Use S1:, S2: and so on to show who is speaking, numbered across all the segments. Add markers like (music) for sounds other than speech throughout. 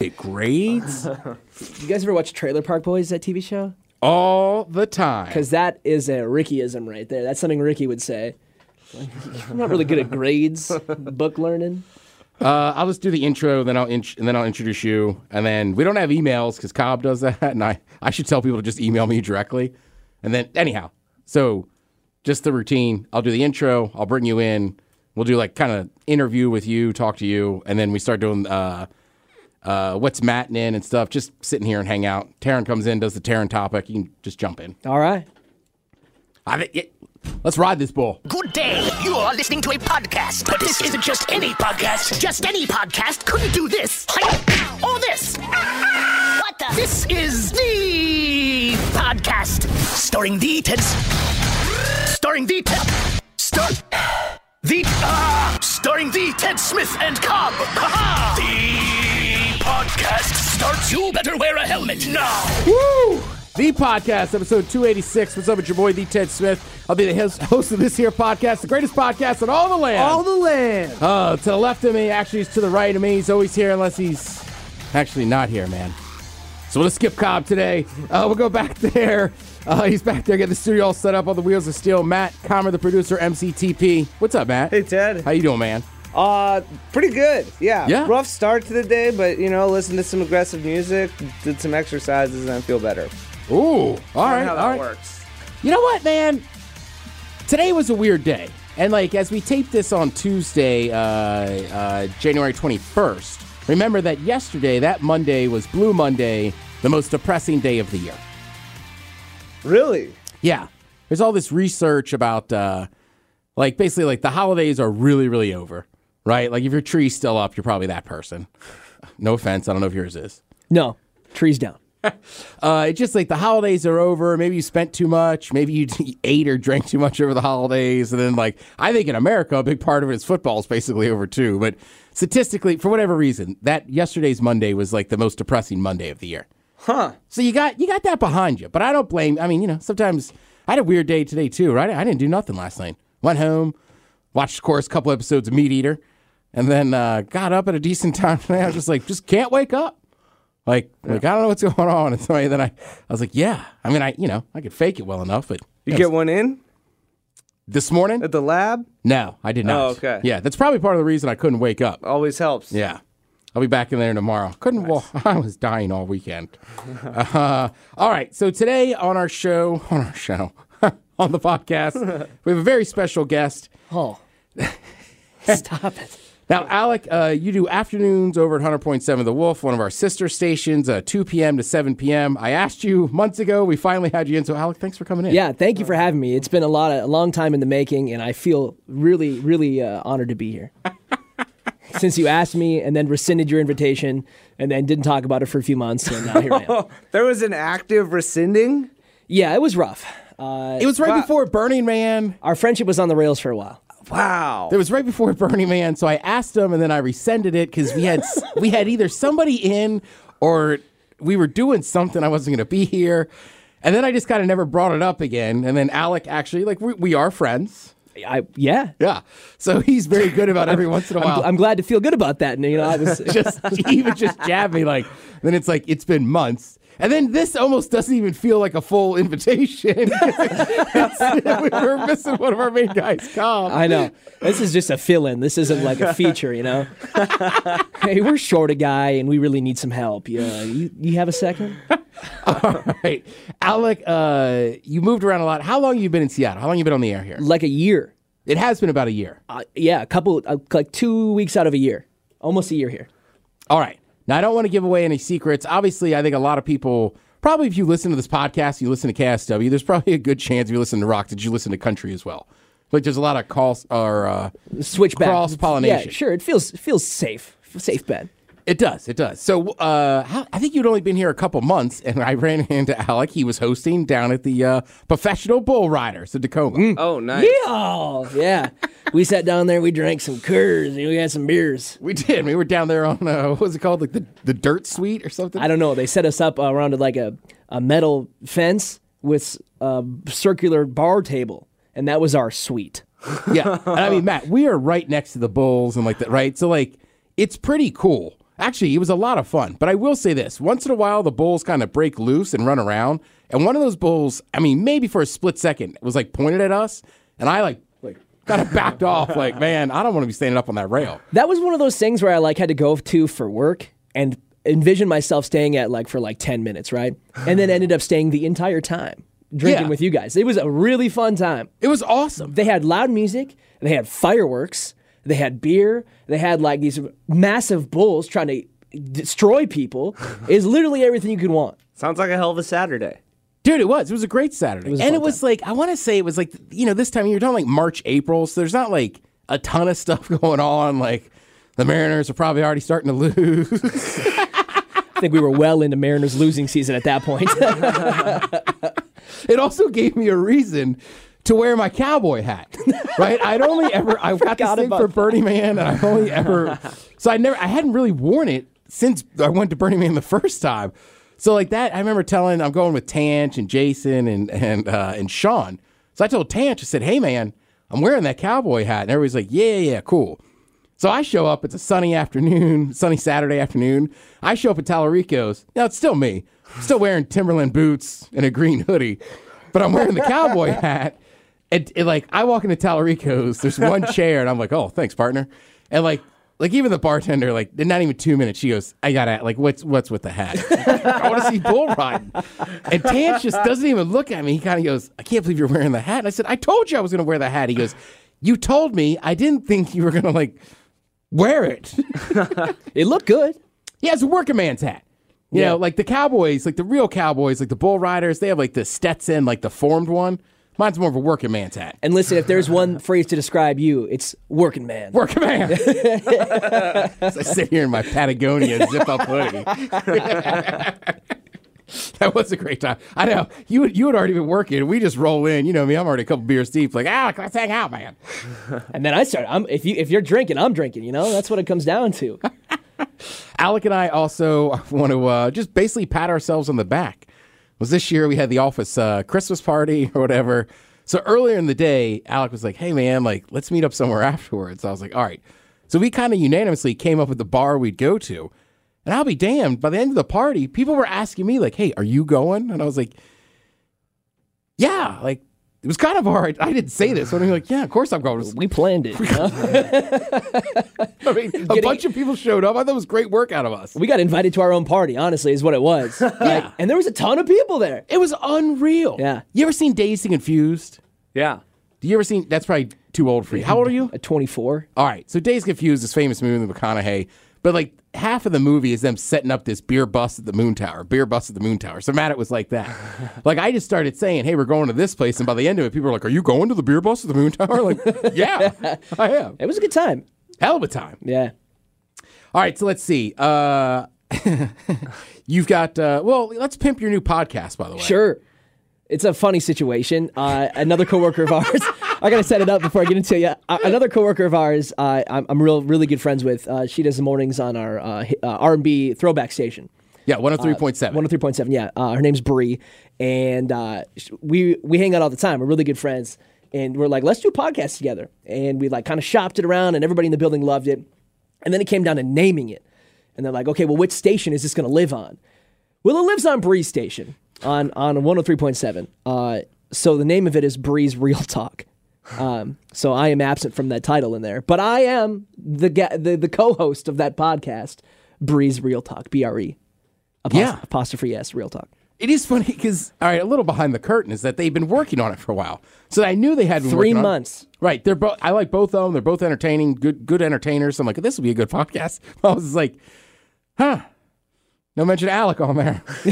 S1: It grades
S2: You guys ever watch Trailer Park Boys, that TV show?
S1: all the time.
S2: Because that is a Rickyism right there. That's something Ricky would say. Like, I'm not really good at
S3: (laughs)
S2: grades, book learning.
S1: Uh, I'll just do the intro, then I'll int- and then I'll introduce you, and then we don't have emails because Cobb does that, and I I should tell people to just email me directly, and then anyhow, so just the routine. I'll do the intro. I'll bring you in. We'll do like kind of interview with you, talk to you, and then we start doing uh, uh, what's matinin and stuff. Just sitting here and hang out. Taryn comes in, does the Taryn topic. You can just jump in.
S2: All right.
S1: I think it, let's ride this bull.
S4: Good day. You are listening to a podcast, but this isn't just any podcast. Just any podcast couldn't do this hi- or this. (laughs) What the? This is the podcast starring the Ted, starring the Ted, star, the ah, starring the Ted Smith and Cobb. Ha-ha. The podcast starts. You better wear a helmet now.
S1: Woo! The podcast, episode 286. What's up? It's your boy, The Ted Smith. I'll be the his- host of this here podcast, the greatest podcast in all the land.
S2: All the land.
S1: uh, to the left of me, actually, he's to the right of me. He's always here unless he's actually not here, man. So we'll just skip Cobb today. Uh, we'll go back there. Uh, he's back there, get the studio all set up, all the wheels of steel. Matt Comer, the producer, MCTP. What's up, Matt?
S3: Hey Ted.
S1: How you doing, man?
S3: Uh, pretty good. Yeah.
S1: Yeah.
S3: Rough start to the day, but you know, listened to some aggressive music, did some exercises, and I feel better.
S1: Ooh, all right,
S3: how that
S1: all right.
S3: works.
S1: You know what, man? Today was a weird day. And, like, as we tape this on Tuesday, uh, uh, January 21st, remember that yesterday, that Monday, was Blue Monday, the most depressing day of the year.
S3: Really?
S1: Yeah. There's all this research about, uh, like, basically, like, the holidays are really, really over, right? Like, if your tree's still up, you're probably that person. No offense. I don't know if yours is.
S2: No, trees down.
S1: Uh, it's just like the holidays are over. Maybe you spent too much. Maybe you (laughs) ate or drank too much over the holidays. And then, like, I think in America, a big part of it is football is basically over too. But statistically, for whatever reason, that yesterday's Monday was like the most depressing Monday of the year.
S3: Huh.
S1: So you got you got that behind you. But I don't blame. I mean, you know, sometimes I had a weird day today too. Right? I didn't do nothing last night. Went home, watched of course a couple episodes of Meat Eater, and then uh, got up at a decent (laughs) time today. I was just like, just can't wake up. Like, like I don't know what's (laughs) going on. And so I- then I, I was like, yeah. I mean, I you know I could fake it well enough, but
S3: You get one in
S1: this morning.
S3: at the lab?
S1: No, I did not.
S3: Oh, okay.
S1: Yeah, that's probably part of the reason I couldn't wake up.
S3: Always helps.
S1: Yeah. I'll be back in there tomorrow. Couldn't walk. (laughs) I was dying all weekend. (laughs) Uh, all right. So today on our show, (laughs) on our show, on the podcast, we have a very special guest.
S2: Oh. (laughs) Stop it.
S1: Now, Alec, uh, you do afternoons over at 100.7 The Wolf, one of our sister stations, uh, 2 p.m. to 7 p.m. I asked you months ago. We finally had you in. So, Alec, thanks for coming in.
S2: Yeah, thank you for having me. It's been a lot of, a long time in the making, and I feel really, really uh, honored to be here. Since you asked me and then rescinded your invitation and then didn't talk about it for a few months, and now here I
S3: (laughs)
S2: am.
S3: (laughs) There was an active rescinding.
S2: Yeah, it was rough. Uh,
S1: It was right
S3: Wow.
S1: before Burning Man.
S2: our friendship was on the rails for a while.
S3: Wow.
S1: It was right before (laughs) Burning Man, so I asked him, and then I rescinded it because we had
S2: (laughs)
S1: we had either somebody in or we were doing something. I wasn't going to be here, and then I just kind of never brought it up again. And then Alec actually, like, we, we are friends.
S2: I yeah.
S1: Yeah, so he's very good about every once in a while. (laughs)
S2: I'm glad to feel good about that. And, you know, I was
S1: just he would just jab me like. Then it's like it's been months. And then this almost doesn't even feel like a full
S2: (laughs)
S1: invitation. (laughs) we were missing one of our main guys, Cobb.
S2: I know. This is just a fill in. This isn't like a feature, you know? hey, we're short a guy and we really need some help. Yeah, you, you have a second?
S1: (laughs) All right, Alec, uh, you moved around a lot. How long you been in Seattle? How long you been on the air here?
S2: Like a year.
S1: It has been about a year.
S2: Uh, yeah, a couple, uh, like two weeks out of a year. Almost a year here.
S1: All right. Now I don't want to give away any secrets. Obviously, I think a lot of people probably if you listen to this podcast, you listen to KSW. There's probably a good chance if you listen to rock that you listen to country as well. Like there's a lot of calls or uh,
S2: Switch back.
S1: Cross pollination.
S2: Yeah, sure. It feels feels safe. Safe bet.
S1: It does. It does. So uh, how, I think you'd only been here a couple months, and I ran into Alec. He was hosting down at the uh, Professional Bull Riders in Tacoma.
S3: oh, nice.
S2: Yeah. Yeah. we sat down there, we drank some curds, and we had some beers.
S1: We did. We were down there on uh, what was it called, like the, the dirt suite or something.
S2: I don't know. They set us up around like a, a metal fence with a circular bar table, and that was our suite.
S1: Yeah. And I mean, Matt, we are right next to the Bulls and like that, right? So like it's pretty cool. Actually, it was a lot of fun. But I will say this once in a while, the bulls kind of break loose and run around. And one of those bulls, I mean, maybe for a split second, was like pointed at us. And I like, like kind of backed off, like, man, I don't want to be standing up on that rail.
S2: That was one of those things where I like had to go to for work and envision myself staying at like for like 10 minutes, right? And then ended up staying the entire time drinking
S1: Yeah.
S2: with you guys. It was a really fun time.
S1: It was awesome.
S2: They had loud music, they had fireworks, they had beer, they had like these massive bulls trying to destroy people. Is literally everything you could want.
S3: Sounds like a hell of a Saturday.
S1: Dude, it was. It was a great Saturday.
S2: was a
S1: and
S2: fun
S1: it was like, I want to say it was like, you know, this time of year, you're talking like March, April. So there's not like a ton of stuff (laughs) going on. Like the Mariners are probably already starting to lose.
S2: I think we were well into Mariners losing season at that point. (laughs)
S1: (laughs) it also gave me a reason to wear my cowboy hat. (laughs) Right? I'd only
S2: (laughs)
S1: ever, I've got this
S2: Forgot
S1: thing
S2: about
S1: for Burning Man, and I've only
S2: (laughs)
S1: ever, so I never, I hadn't really worn it since I went to Burning Man the first time. So like that, I remember telling, I'm going with Tanch and Jason and and uh, and Sean. So I told Tanch, I said, "Hey man, I'm wearing that cowboy hat," and everybody's like, "Yeah, yeah, cool." So I show up. It's a sunny afternoon, (laughs) sunny Saturday afternoon. I show up at Tallarico's. Now it's still me, still wearing Timberland boots and a green hoodie, but I'm wearing the cowboy hat. And, and, like I walk into Tallarico's, there's one chair, and I'm like, "Oh, thanks, partner." And like, like even the bartender, like not even two minutes, she goes, "I gotta like, what's what's with the hat? (laughs) I want to see bull riding." And Tan just doesn't even look at me. He kind of goes, "I can't believe you're wearing the hat." And I said, "I told you I was gonna wear the hat." He goes, "You told me. I didn't think you were gonna like." wear it. (laughs)
S2: it looked good.
S1: yeah, it's a working man's hat. You
S2: Yeah.
S1: know, like the Cowboys, like the real Cowboys, like the Bull Riders, they have like the Stetson, like the formed one. Mine's more of a working man's hat. (laughs)
S2: And listen, if there's one phrase to describe you, it's working man.
S1: Working man. (laughs) As I sit here in my Patagonia zip up hoodie. (laughs) that was a great time. I know you would you had already been working. We just roll in. You know me. I'm already a couple beers deep. Like ah, let's hang out, man.
S2: And then I started. I'm, if you if you're drinking, I'm drinking. You know, that's what it comes down to.
S1: Alec and I also (laughs) want to uh, just basically pat ourselves on the back. It was this year we had the office uh, Christmas party (laughs) or whatever. So earlier in the day, Alec was like, "Hey man, like let's meet up somewhere (laughs) afterwards." I was like, "All right." So we kind of unanimously came up with the bar we'd go to, and I'll be damned. By the end of the party, people were asking me like, "Hey, are you going?" And I was like, "Yeah." Like it was kind of hard. I didn't say this, but I'm like, "Yeah, of course I'm going."
S2: (laughs)
S1: (laughs)
S2: We planned it. you know?
S1: I mean, a bunch of people showed up. I thought it was great work out of us.
S2: (laughs) We got invited to our own party. Honestly, is what it (laughs) was. Like, and there was a ton of people there.
S1: It was unreal.
S2: Yeah.
S1: You ever seen Dazed and Confused?
S3: Yeah.
S1: Do you ever seen? That's probably too old for you. How old are (laughs) you?
S2: At 24,
S1: All right. So Dazed and Confused is famous movie with McConaughey, but like half of the movie is them setting up this beer bus at the Moon Tower. Beer bus at the Moon Tower. So Matt, it was like (laughs) that. like I just started saying, "Hey, we're going to this place," and by the end of it, people were like, "Are you going to the beer bus at the Moon Tower?" (laughs) Like, yeah, I am.
S2: it was a good time.
S1: Hell of a time.
S2: Yeah.
S1: All right, so let's see. Uh, (laughs) you've got uh, well, let's pimp your new podcast, by the way.
S2: Sure. It's a funny situation. Uh, another coworker of (laughs) ours, I gotta set it up before I get into you. Uh, another coworker of ours, uh, I'm, I'm real, really good friends with. Uh, she does the mornings on our uh, hi- uh, R&B throwback station.
S1: Yeah, one hundred three point seven.
S2: 103.7, yeah. Uh, her name's Bree, and uh, sh- we we hang out all the time. We're really good friends, and we're like, let's do a podcast together. And we like kind of shopped it around, and everybody in the building loved it. And then it came down to naming it, and they're like, okay, well, which station is this going to live on? Well, it lives on Bree Station on on 103.7. Uh, so the name of it is Bree's Real Talk. Um, so I am absent from that title in there, but I am the ga- the, the co-host of that podcast, Bree's Real Talk, B R E. Apost-
S1: Yeah.
S2: Apostrophe S, real talk. (laughs)
S1: It is funny because, all right, a little behind the curtain is that they've been working on it for a while. So I knew they had been
S2: Three
S1: working on it.
S2: months.
S1: Right. They're both. I like both of them. They're both entertaining, good, good entertainers. So I'm like, this will be a good podcast. (laughs) I was like, huh? No mention of Alec on there. (laughs)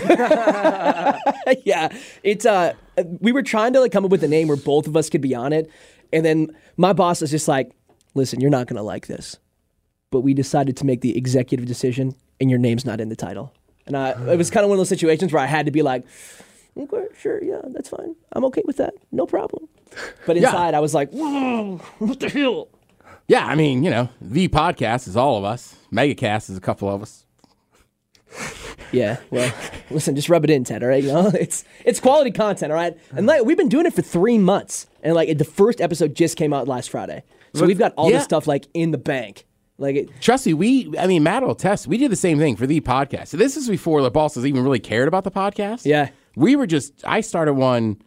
S2: yeah. It's uh we were trying to like come up with a name where both of us could be on it. And then my boss is just like, listen, you're not gonna like this. But we decided to make the executive decision and your name's not in the title. And I it was kind of one of those situations where I had to be like, okay, sure, yeah, that's fine. I'm okay with that. No problem. But inside I was like, whoa, what the hell?
S1: yeah. I mean, you know, the podcast is all of us. Megacast is a couple of us.
S2: Yeah. Well, (laughs) listen, just rub it in, Ted. All right. You know, (laughs) it's it's quality content. All right. And like we've been doing it for three months, and like the first episode just came out last Friday, so we've got all
S1: yeah.
S2: this stuff like in the bank. Like it,
S1: Trust me, we, I mean, Matt will test. We did the same thing for the podcast. This is before the bosses even really cared about the podcast.
S2: Yeah.
S1: We were just, I started one,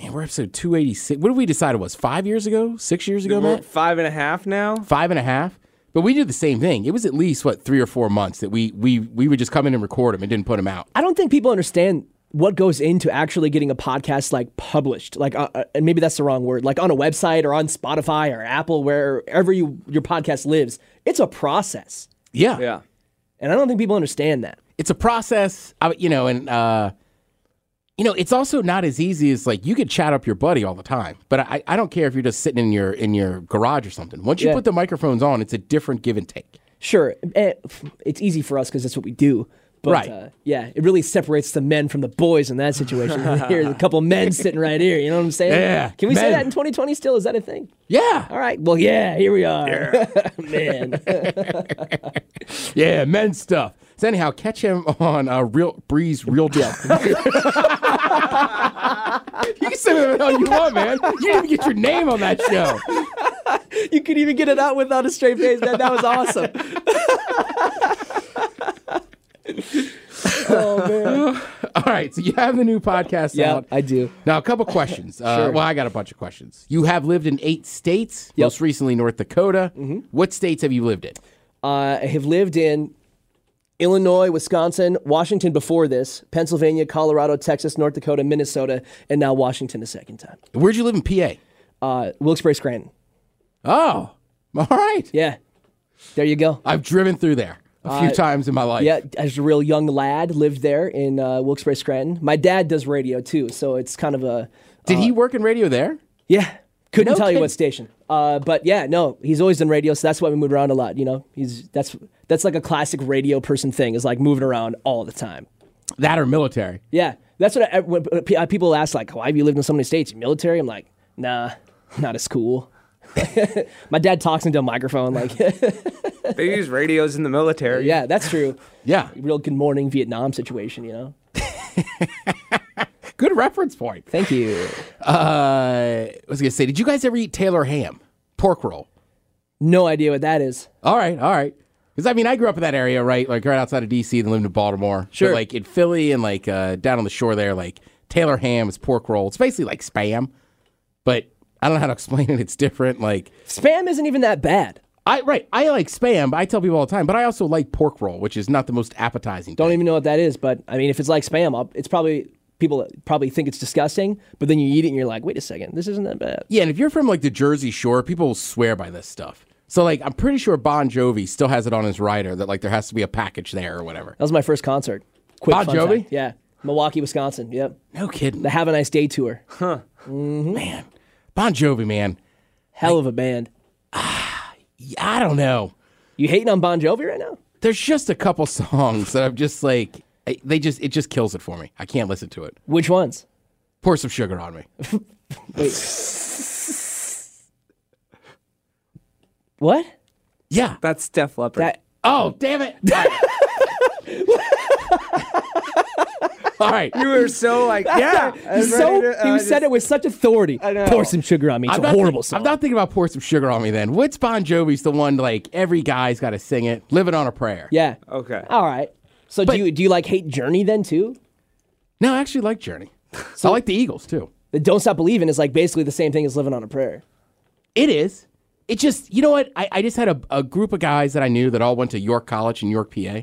S1: man, we're episode 286. What did we decide it was? Five years ago? Six years ago,
S3: We're
S1: Matt?
S3: at five and a half now.
S1: Five and a half? But we did the same thing. It was at least, what, three or four months that we, we, we would just come in and record them and didn't put them out.
S2: I don't think people understand what goes into actually getting a podcast like published like uh, uh, and maybe that's the wrong word like on a website or on spotify or apple wherever you your podcast lives it's a process
S1: Yeah.
S3: Yeah.
S2: and i don't think people understand that
S1: it's a process, I- you know, and uh, you know, it's also not as easy as like you could chat up your buddy all the time. But I, I don't care if you're just sitting in your in your garage or something. Once you
S2: Yeah.
S1: put the microphones on, it's a different give and take.
S2: sure eh, it's easy for us because that's what we do but
S1: Right.
S2: uh, yeah it really separates the men from the boys in that situation (laughs) here's a couple
S1: (laughs)
S2: men sitting right here you know what i'm saying
S1: Yeah,
S2: can we say
S1: men.
S2: that in 2020 still is that a thing
S1: Yeah,
S2: all right well yeah here we are (laughs) man
S1: yeah, men's stuff. So anyhow, catch him on uh, Real Breeze Real Deal.
S2: (laughs)
S1: you can say whatever the hell you want, man. You didn't even get your name on that show.
S2: you could even get it out without a straight face man that
S1: (laughs)
S2: was awesome (laughs) oh man
S1: All right, so you have the new podcast
S2: yeah
S1: out.
S2: i do
S1: Now, a couple questions. (laughs) Uh, Well, I got a bunch of questions. You have lived in eight states, most recently North Dakota. What states have you lived in?
S2: uh, I have lived in Illinois, Wisconsin, Washington before this, Pennsylvania, Colorado, Texas, North Dakota, Minnesota, and now Washington a second time.
S1: Where'd you live in PA?
S2: Uh, Wilkes-Barre, Scranton.
S1: Oh, (laughs) all right.
S2: Yeah, there you go.
S1: I've driven through there a few times in my life.
S2: Yeah, as a real young lad, lived there in uh, Wilkes-Barre, Scranton. My dad does radio too, so it's kind of a
S1: Did he work in radio there?
S2: yeah. Couldn't
S1: No
S2: tell you
S1: kidding.
S2: what station, uh, but yeah, no, he's always done radio, so that's why we moved around a lot. You know, he's that's that's like a classic radio person thing is like moving around all the time.
S1: That or military?
S2: Yeah, that's what I, when uh, pe- uh, people ask like, "Why have you lived in so many states? You military?" I'm like, "Nah, (laughs) not as cool." (laughs) My dad talks into a microphone like, (laughs)
S3: They use radios in the military.
S2: "Yeah, that's true."
S1: Yeah.
S2: Real good morning Vietnam situation, you know.
S1: Good reference point.
S2: Thank you.
S1: Uh, I was going to say, did you guys ever eat Taylor ham? Pork roll.
S2: No idea what that is.
S1: All right, all right. Because I mean, I grew up in that area, right? Like right outside of DC, and lived in Baltimore. Sure. But, like in Philly and like uh, down on the shore there, like Taylor ham is pork roll. It's basically like spam, but I don't know how to (laughs) explain it. It's different. Like
S2: Spam isn't even that bad.
S1: I right, I like spam. But I tell people all the time, but I also like pork roll, which is not the most appetizing.
S2: Don't
S1: thing.
S2: even know what that is, but I mean, if it's like spam, I'll- it's probably people probably think it's disgusting, but then you eat it and you're like, "Wait a second, this isn't that bad."
S1: Yeah, and if you're from like the Jersey Shore, people will swear by this stuff. So like, I'm pretty sure Bon Jovi still has it on his rider that like there has to be a package there or whatever.
S2: That was my first concert. Quick
S1: Bon
S2: fun
S1: Jovi?
S2: fact. Yeah, Milwaukee, Wisconsin. Yep.
S1: No kidding,
S2: The Have a Nice Day tour.
S1: man. Bon Jovi, man.
S2: Hell of a band.
S1: I don't know.
S2: You hating on Bon Jovi right now?
S1: there's just a couple songs that I'm just like I- they just it just kills it for me. I can't listen to it.
S2: Which ones?
S1: Pour some sugar on me.
S2: What?
S1: Yeah.
S3: That's Def Leppard.
S2: That
S1: Oh, damn it. (laughs) All right.
S3: you were so like, yeah.
S2: he's so
S3: uh,
S2: he said it with such authority.
S3: I know.
S2: Pour some sugar on me. It's
S1: I'm
S2: a
S1: not
S2: horrible
S1: thi-
S2: song.
S1: I'm not thinking about pour some sugar on me then. What's Bon Jovi's the one like every guy's got to sing it, living on a prayer.
S2: yeah.
S3: Okay.
S2: All right. So do you do you like hate Journey then too?
S1: No, I actually like Journey. I like the Eagles too.
S2: The Don't Stop Believing is like basically the same thing as Living on a Prayer.
S1: It is. It just, you know what? I, I just had a, a group of guys that I knew that all went to York College in York, PA,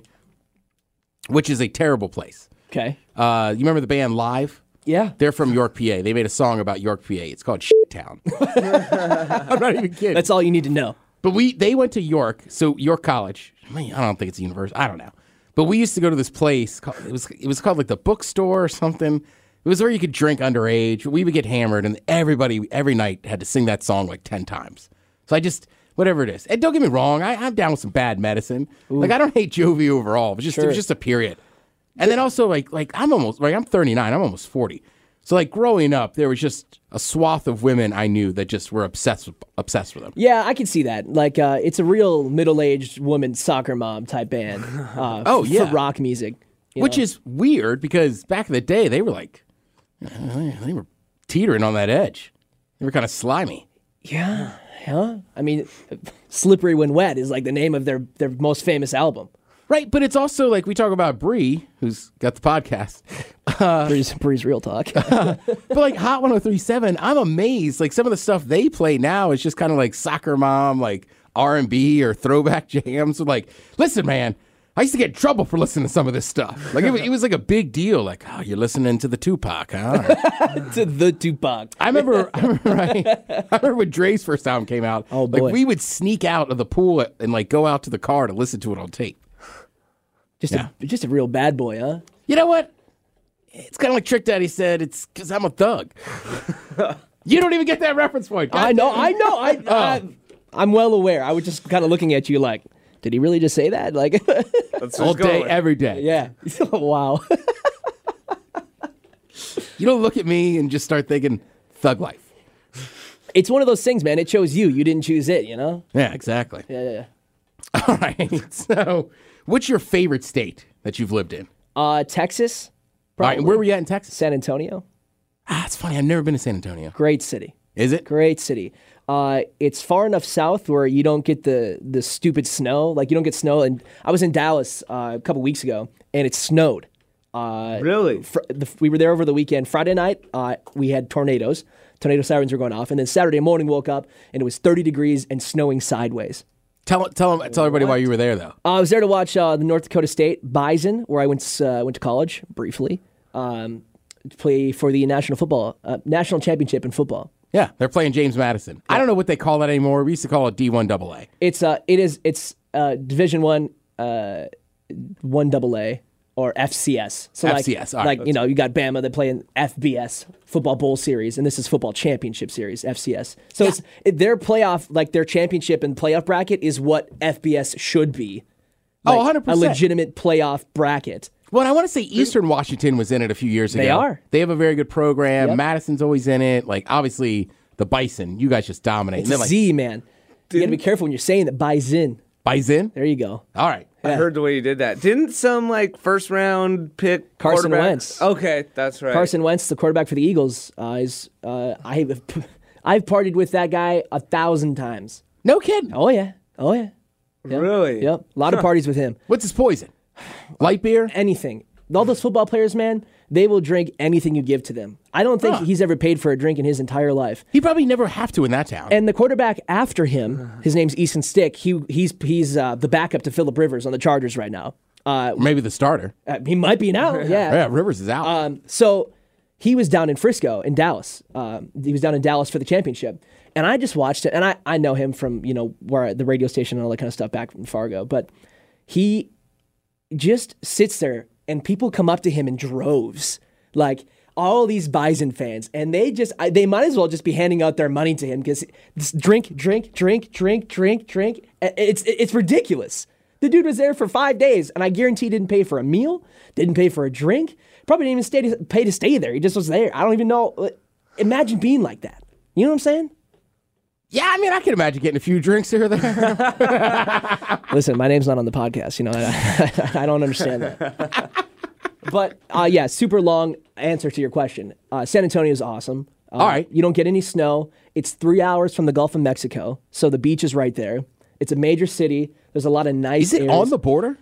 S1: which is a terrible place.
S2: Okay.
S1: Uh, you remember the band Live?
S2: Yeah.
S1: They're from York, PA. They made a song about York, PA. It's called Shit Town. (laughs) I'm not even kidding.
S2: That's all you need to know.
S1: but we they went to York, so York College. I mean, I don't think it's a university. I don't know. But we used to go to this place. Called, it was it was called like the bookstore or something. It was where you could drink underage. We would get hammered, and everybody every night had to sing that song like ten times. So I just whatever it is. And don't get me wrong, I, I'm down with some bad medicine. Like I don't hate Jovi overall. It was just it was just a period. And then also like like I'm almost like I'm 39. I'm almost 40. So like growing up, there was just a swath of women I knew that just were obsessed with, obsessed with them.
S2: Yeah, I can see that. Like, uh, it's a real middle-aged woman soccer mom
S1: (laughs)
S2: type band. Uh,
S1: Oh,
S2: f-
S1: yeah.
S2: for rock music. you
S1: Which
S2: know?
S1: is weird because back in the day they were like they were teetering on that edge. They were kind of slimy.
S2: yeah, huh? I mean, "Slippery When Wet" is like the name of their their most famous album.
S1: Right, but it's also like we talk about Bree, who's got the podcast. (laughs)
S2: Breeze, Breeze Real (laughs) Talk.
S1: but like Hot 1037, I'm amazed. Like some of the stuff they play now is just kind of like soccer mom, like R&B or throwback (laughs) jams. Like, listen, man, I used to get in trouble for listening to some of this stuff. Like it was, it was like a big deal. Like, oh, you're listening to the Tupac, huh?
S2: (laughs)
S1: All right.
S2: to the Tupac.
S1: I remember, I remember, (laughs) right? I remember when Dre's first album came out.
S2: Oh, boy.
S1: Like we would sneak out of the pool and like go out to the car to listen to it on tape.
S2: Just a just a real bad boy, huh?
S1: You know what? It's kind of like Trick Daddy said. It's because I'm a thug. (laughs) you don't even get that reference point. God
S2: I know, I know, I, (laughs) I I'm well aware. I was just kind of looking at you like, did he really just say that? Like, (laughs)
S3: Let's
S1: all
S3: just go
S1: day,
S3: with-
S1: every day.
S2: yeah, (laughs) wow.
S1: You don't look at me and just start thinking thug life.
S2: it's one of those things, man. It chose you. You didn't choose it. You know.
S1: Yeah, exactly.
S2: Yeah, yeah, yeah.
S1: (laughs) All right. So, what's your favorite state that you've lived in?
S2: Uh, Texas,
S1: All right, where were you at in Texas?
S2: San Antonio,
S1: Ah, it's funny. I've never been to San Antonio.
S2: great city.
S1: Is it?
S2: Great city. Uh, it's far enough south where you don't get the the stupid snow. Like you don't get snow. And I was in Dallas uh, a couple weeks ago, and it snowed. Uh,
S3: Really?
S2: fr- the, we were there over the weekend. Friday night, uh, we had tornadoes. Tornado sirens were going off, and then Saturday morning woke up and it was 30 degrees and snowing sideways.
S1: Tell tell tell everybody why you were there though.
S2: Uh, I was there to watch uh, the North Dakota State Bison, where I went s- uh, went to college briefly, um, to play for the national football uh, national championship in football.
S1: Yeah, they're playing James Madison. I don't know what they call that anymore. We used to call it D1 AA.
S2: It's uh, it is it's uh, Division One, uh, one double A or FCS. So
S1: FCS, all right,
S2: like, like you know, you got Bama that play in FBS football bowl series, and this is football championship series FCS. So it's it, their playoff, like their championship and playoff bracket is what FBS should be.
S1: Oh,
S2: Like,
S1: 100%.
S2: A legitimate playoff bracket.
S1: Well, and I want to say Eastern Washington was in it a few years ago.
S2: They are.
S1: They have a very good program. Madison's always in it. Like obviously the Bison, you guys just dominate.
S2: It's
S1: And then, like,
S2: Z, man. You gotta be careful when you're saying that Bison.
S1: Bison.
S2: There you go.
S1: All right.
S3: I heard the way you did that. Didn't some like first round pick
S2: Carson
S3: quarterback-
S2: Wentz.
S3: Okay, that's right.
S2: Carson Wentz, the quarterback for the Eagles, uh, is uh, I have (laughs) I've partied with that guy a thousand times.
S1: No kidding.
S2: Oh yeah, oh yeah,
S3: Really?
S2: yep. A lot of parties with him.
S1: What's his poison? Light beer?
S2: Anything. All those football players, man, they will drink anything you give to them. I don't think
S1: Huh.
S2: he's ever paid for a drink in his entire life.
S1: He probably never have to in that town.
S2: And the quarterback after him, his name's Easton Stick. He he's he's uh, the backup to Philip Rivers on the Chargers right now. Uh,
S1: Or Maybe the starter.
S2: uh, he might be now. Yeah.
S1: Yeah, Rivers is out.
S2: Um, so he was down in Frisco in Dallas. Um, he was down in Dallas for the championship, and I just watched it. And I, I know him from you know where the radio station and all that kind of stuff back from Fargo. But he just sits there, and people come up to him in droves, like all these Bison fans, and they just I, they might as well just be handing out their money to him because drink, drink, drink, drink, drink, drink. I- It's it's ridiculous. The dude was there for five days, and I guarantee he didn't pay for a meal, didn't pay for a drink, probably didn't even stay to, pay to stay there. He just was there. I don't even know. Imagine being like that. You know what I'm saying?
S1: yeah, I mean, I can imagine getting a few drinks here or
S2: (laughs)
S1: there.
S2: Listen, my name's not on the podcast. You know, I, (laughs) I don't understand that.
S1: (laughs)
S2: but uh, yeah, super long answer to your question. Uh, San Antonio is awesome. Uh,
S1: All right.
S2: you don't get any snow. It's three hours from the Gulf of Mexico, so the beach is right there. It's a major city. There's a lot of nice.
S1: is it (laughs)
S2: areas.
S1: on the border?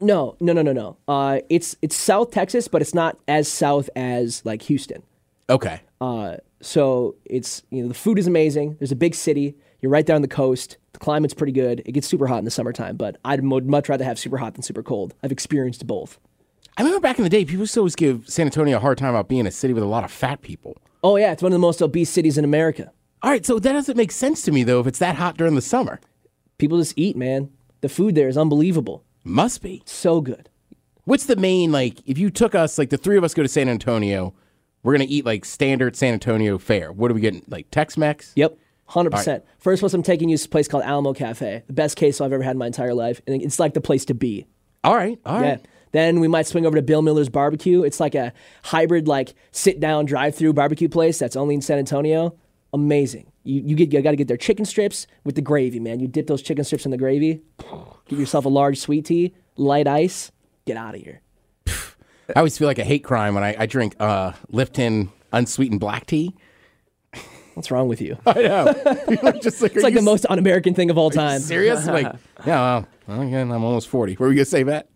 S2: No, no, no, no, no. Uh, it's it's South Texas, but it's not as south as like Houston.
S1: Okay.
S2: Uh, so it's you know the food is amazing. There's a big city. You're right there on the coast. The climate's pretty good. It gets super hot in the summertime, but I'd mo- much rather have super hot than super cold. I've experienced both.
S1: I remember back in the day, people used to always give San Antonio a hard time about being a city with a lot of fat people.
S2: Oh yeah, it's one of the most obese cities in America.
S1: All right, so that doesn't make sense to me though. If it's that hot during the summer,
S2: People just eat, man. The food there is unbelievable.
S1: must be.
S2: So good.
S1: What's the main like? If you took us, like the three of us, go to San Antonio, we're gonna eat like standard San Antonio fare. What are we getting? Like Tex-Mex?
S2: Yep. 100%. First place I'm taking you is a place called Alamo Cafe. The best queso I've ever had in my entire life. And it's like the place to be.
S1: All right, all right.
S2: Yeah. Then we might swing over to Bill Miller's Barbecue. It's like a hybrid, like sit down, drive through barbecue place that's only in San Antonio. Amazing. You, you get you got to get their chicken strips with the gravy, man. You dip those chicken strips in the gravy. Get yourself a large sweet tea, light ice. Get out of here.
S1: I always feel like a hate crime when I, I drink uh, Lipton unsweetened black tea.
S2: What's wrong with you?
S1: (laughs) I (laughs) know. People are just like,
S2: It's like the most un-American thing of all
S1: (laughs)
S2: time.
S1: serious. Like, yeah, well, again, I'm almost 40. Were we going to say that?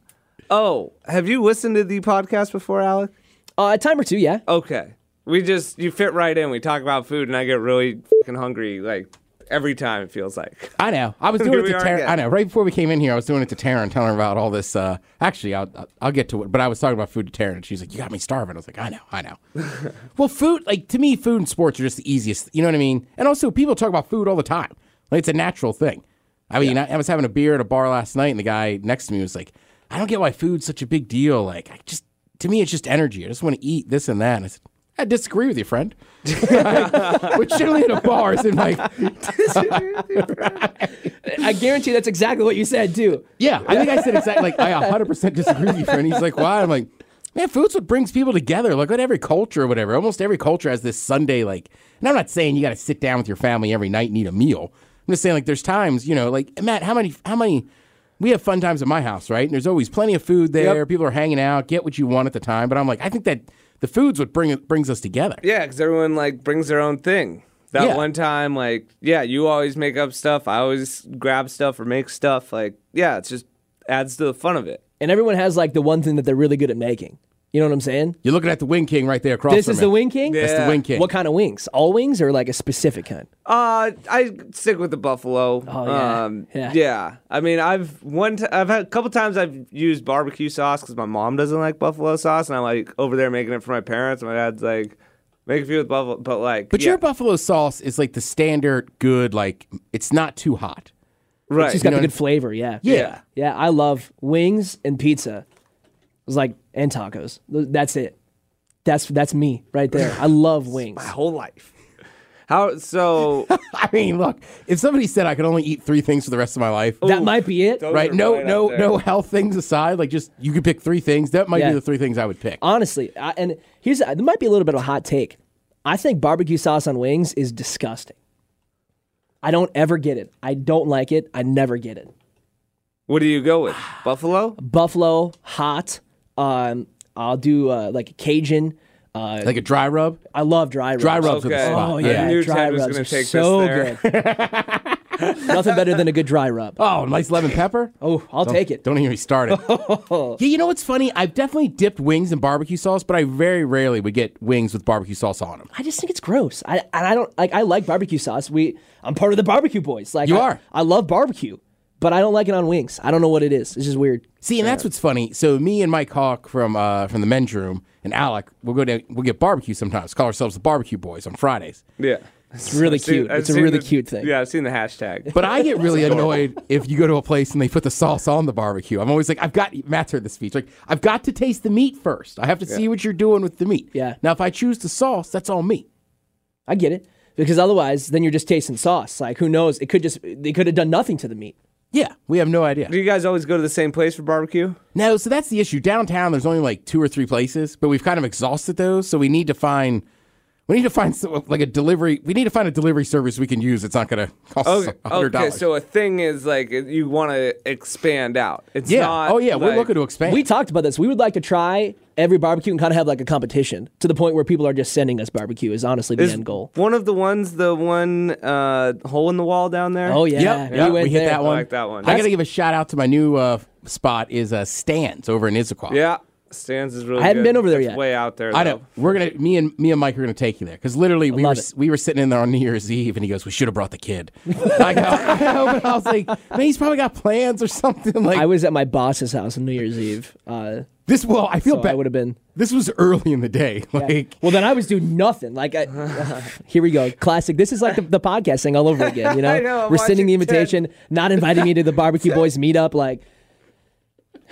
S3: Oh, have you listened to the podcast before, Alec?
S2: Uh, a time or two, yeah.
S3: Okay. We just you fit right in. We talk about food, and I get really fucking hungry like every time. It feels like.
S1: I know. I was doing
S3: Here
S1: it
S3: we
S1: to
S3: are
S1: Taryn.
S3: again.
S1: I know. Right before we came in here, I was doing it to Taryn, telling her about all this. Uh, actually, I'll I'll get to it. But I was talking about food to Taryn, and she's like, "You got me starving." I was like, "I know, I
S3: (laughs)
S1: know." well, food, like to me, food and sports are just the easiest. You know what I mean? And also, people talk about food all the time. Like it's a natural thing. I mean, I, I was having a beer at a bar last night, and the guy next to me was like, "I don't get why food's such a big deal. Like, I just to me, it's just energy. I just want to eat this and that." And I said, "I disagree with you, friend." (laughs) Which generally at a bar is in my
S2: I guarantee that's exactly what you said too.
S1: Yeah, I think I said exactly
S2: (laughs)
S1: like I 100% disagree with you, friend. He's like, why? I'm like, man, food's what brings people together. Like, at every culture or whatever, almost every culture has this Sunday, like, and I'm not saying you got to sit down with your family every night and eat a meal. I'm just saying, like, there's times, you know, like, Matt, how many, how many, we have fun times at my house, right? And there's always plenty of food there. People are hanging out, get what you want at the time. But I'm like, I think that the food's what bring, brings us together.
S3: Yeah, because everyone like brings their own thing. That
S1: Yeah.
S3: one time, like, yeah, you always make up stuff. I always grab stuff or make stuff. Like, yeah, it just adds to the fun of it.
S2: And everyone has like the one thing that they're really good at making. You know what I'm saying?
S1: You're looking at the Wing King right there across
S2: This
S1: from
S2: is the
S1: me.
S2: wing king.
S1: That's the
S3: Yeah.
S1: Wing King.
S2: What kind of wings? All wings or like a specific kind?
S3: Uh, I stick with the buffalo.
S2: Oh, yeah.
S3: Um,
S2: Yeah.
S3: I mean, I've one. T- I've had a couple times. I've used barbecue sauce because my mom doesn't like buffalo sauce, and I'm like over there making it for my parents. My dad's like, make a few with buffalo, but like,
S1: but
S3: yeah,
S1: your buffalo sauce is like the standard good, like, it's not too hot.
S3: right?
S2: She's got
S1: know-
S2: the good flavor. Yeah.
S1: Yeah.
S2: Yeah. I love wings and pizza. It's like and tacos. Th- That's it. That's that's me right there. I love wings.
S3: my whole life.
S2: (laughs)
S3: How so?
S1: (laughs) I mean, look, if somebody said I could only eat three things for the rest of my life,
S2: That might be it.
S3: Those
S1: right?
S3: are
S1: No,
S3: right up
S1: no,
S3: there.
S1: no health things aside, like just you could pick three things. That might
S2: Yeah.
S1: be the three things I would pick.
S2: Honestly, I, and here's there might be a little bit of a hot take. I think barbecue sauce on wings is disgusting. I don't ever get it. I don't like it. I never get it.
S3: What do you go
S2: (sighs)
S3: with? Buffalo?
S2: Buffalo hot. Um, I'll do uh, like Cajun. Uh,
S1: Like a dry rub.
S2: I love dry rubs.
S1: Dry rubs are the
S3: Okay.
S1: spot.
S2: Oh
S3: I
S2: yeah,
S3: knew
S2: dry
S3: Ted was
S2: rubs
S3: gonna
S2: are
S3: take this
S2: so
S3: there.
S2: good.
S3: (laughs)
S2: Nothing better than a good dry rub.
S1: Oh, nice lemon pepper.
S2: Oh, I'll take it.
S1: Don't even me
S3: (laughs)
S1: started. yeah, you know what's funny? I've definitely dipped wings in barbecue sauce, but I very rarely would get wings with barbecue sauce on them.
S2: I just think it's gross. I and I don't like. I like barbecue sauce. We, I'm part of the barbecue boys. Like
S1: You
S2: I-
S1: are.
S2: I love barbecue, but I don't like it on wings. I don't know what it is. It's just weird.
S1: See, and that's what's funny. So me and Mike Hawk from uh, from the men's room and Alec, we'll go down. We'll get barbecue sometimes. Call ourselves the Barbecue Boys on Fridays.
S3: Yeah.
S2: It's really
S3: I've seen-
S2: cute.
S3: I've
S2: It's a
S3: seen
S2: really
S3: the-
S2: cute thing.
S3: Yeah, I've seen the hashtag.
S1: But I get really annoyed if you go to a place and they put the sauce on the barbecue. I'm always like, I've got Matt's heard this speech. Like, I've got to taste the meat first. I have to see what you're doing with the meat.
S2: Yeah.
S1: Now, if I choose the sauce, that's all me.
S2: I get it because otherwise, then you're just tasting sauce. Like who knows? It could just they could have done nothing to the meat.
S1: Yeah, we have no idea.
S3: do you guys always go to the same place for barbecue?
S1: No, so that's the issue. Downtown, there's only like two or three places, but we've kind of exhausted those. So we need to find, we need to find so- like a delivery. We need to find a delivery service we can use. that's not going to cost us a hundred
S3: okay,
S1: dollars.
S3: so a thing is like it- you want to expand out. It's
S1: yeah.
S3: not.
S1: oh yeah, we're
S3: like-
S1: looking to expand.
S2: We talked about this. We would like to try every barbecue and kind of have like a competition to the point where people are just sending us barbecue is honestly the
S3: Is
S2: end goal.
S3: One of the ones, the one uh, hole in the wall down there.
S2: Oh yeah,
S1: Yep,
S2: you
S1: yep,
S2: went
S1: we hit
S2: there.
S1: that one.
S3: like that one.
S1: I got to give a shout out to my new uh, spot is uh, Stans over in Issaquah.
S3: Yeah, stands is really.
S2: I hadn't
S3: good.
S2: been over there
S3: That's
S2: yet.
S3: Way out there.
S1: I
S3: though.
S1: know. We're gonna me and me and Mike are gonna take you there because literally we were
S2: love
S1: s- we were sitting in there on New Year's Eve and he goes, "We should have brought the kid." (laughs) I, go, I know, but I was like, "Man, he's probably got plans or something." (laughs) Like
S2: I was at my boss's house on New Year's Eve. Uh,
S1: this. Well, I feel
S2: so I
S1: bad.
S2: would have been.
S1: This was early in the day. Like
S2: Well, then I was doing nothing. Like, I, (laughs) here we go. Classic. This is like the, the podcast thing all over again. You know,
S3: I know, I'm
S2: we're sending the
S3: watching Ted.
S2: invitation, not inviting me to the barbecue boys meetup. Like,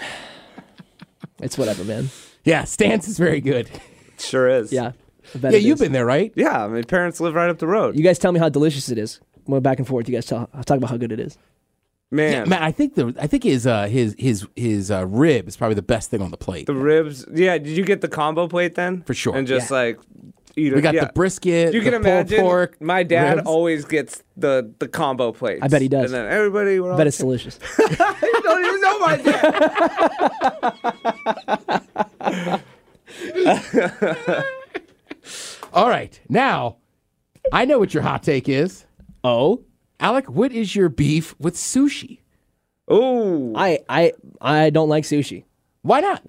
S2: (sighs) it's whatever, man.
S1: yeah, Stans is very good.
S3: Sure is.
S2: Yeah. I bet
S1: Yeah,
S2: it
S1: you've
S2: is.
S1: been there, right?
S3: Yeah, my parents live right up the road.
S2: You guys tell me how delicious it is. Went back and forth. You guys talk, talk about how good it is.
S3: Man,
S1: Matt, I think the I think his uh, his his his uh, rib is probably the best thing on the plate.
S3: the ribs. Yeah, did you get the combo plate then? For
S1: sure.
S3: And just
S2: Yeah.
S3: like eat.
S1: we got the brisket.
S3: You
S1: the
S3: can
S1: pulled
S3: imagine.
S1: pork.
S3: my dad
S1: ribs.
S3: always gets the the combo plate.
S2: I bet he does.
S3: And then everybody. We're
S2: I
S3: all
S2: bet it's delicious.
S3: You don't even know my dad.
S1: All right, now I know what your hot take is.
S2: Oh,
S1: Alec, what is your beef with sushi?
S3: Ooh.
S2: I I I don't like sushi.
S1: Why not?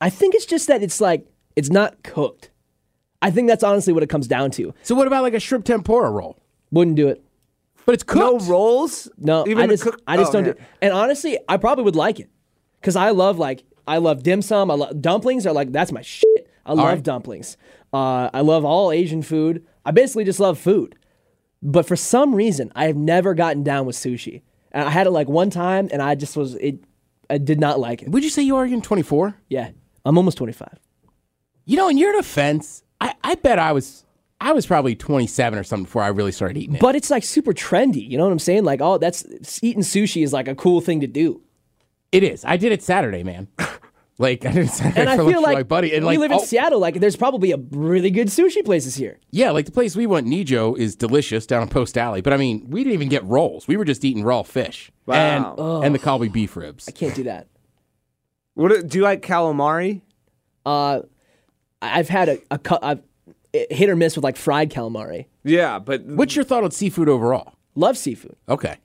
S2: I think it's just that it's like it's not cooked. I think that's honestly what it comes down to.
S1: So what about like a shrimp tempura roll?
S2: Wouldn't do it.
S1: But it's
S3: no
S1: cooked.
S3: rolls?
S2: No,
S3: Even
S2: I
S3: the
S2: just
S3: cook-
S2: I just
S3: oh,
S2: don't.
S3: man.
S2: Do, and honestly, I probably would like it because I love like I love dim sum. I love dumplings. Are like that's my shit. I love
S1: right.
S2: dumplings. Uh, I love all Asian food. I basically just love food. But for some reason, I have never gotten down with sushi. And I had it like one time, and I just was it. I did not like it.
S1: Would you say you are again 24?
S2: Yeah, I'm almost 25.
S1: You know, in your defense, I, I bet I was I was probably 27 or something before I really started eating it.
S2: But it's like super trendy. You know what I'm saying? Like, oh, that's eating sushi is like a cool thing to do.
S1: it is. I did it Saturday,
S2: (laughs)
S1: man. like I did (laughs) it Saturday
S2: And I
S1: for lunch
S2: feel
S1: with
S2: like
S1: my buddy. And like
S2: we
S1: oh,
S2: live in
S1: all-
S2: Seattle. Like, there's probably a really good sushi places here.
S1: Yeah, like the place we went, Nijo, is delicious down in Post Alley. But I mean, we didn't even get rolls. We were just eating raw fish
S3: Wow.
S1: and and the Colby beef ribs.
S2: Can't do that.
S3: What, do you like calamari?
S2: Uh, I- I've had a, a cu- I've, it- hit or miss with like fried calamari.
S3: Yeah, but
S1: What's your thought on seafood overall?
S2: Love seafood,
S1: Okay,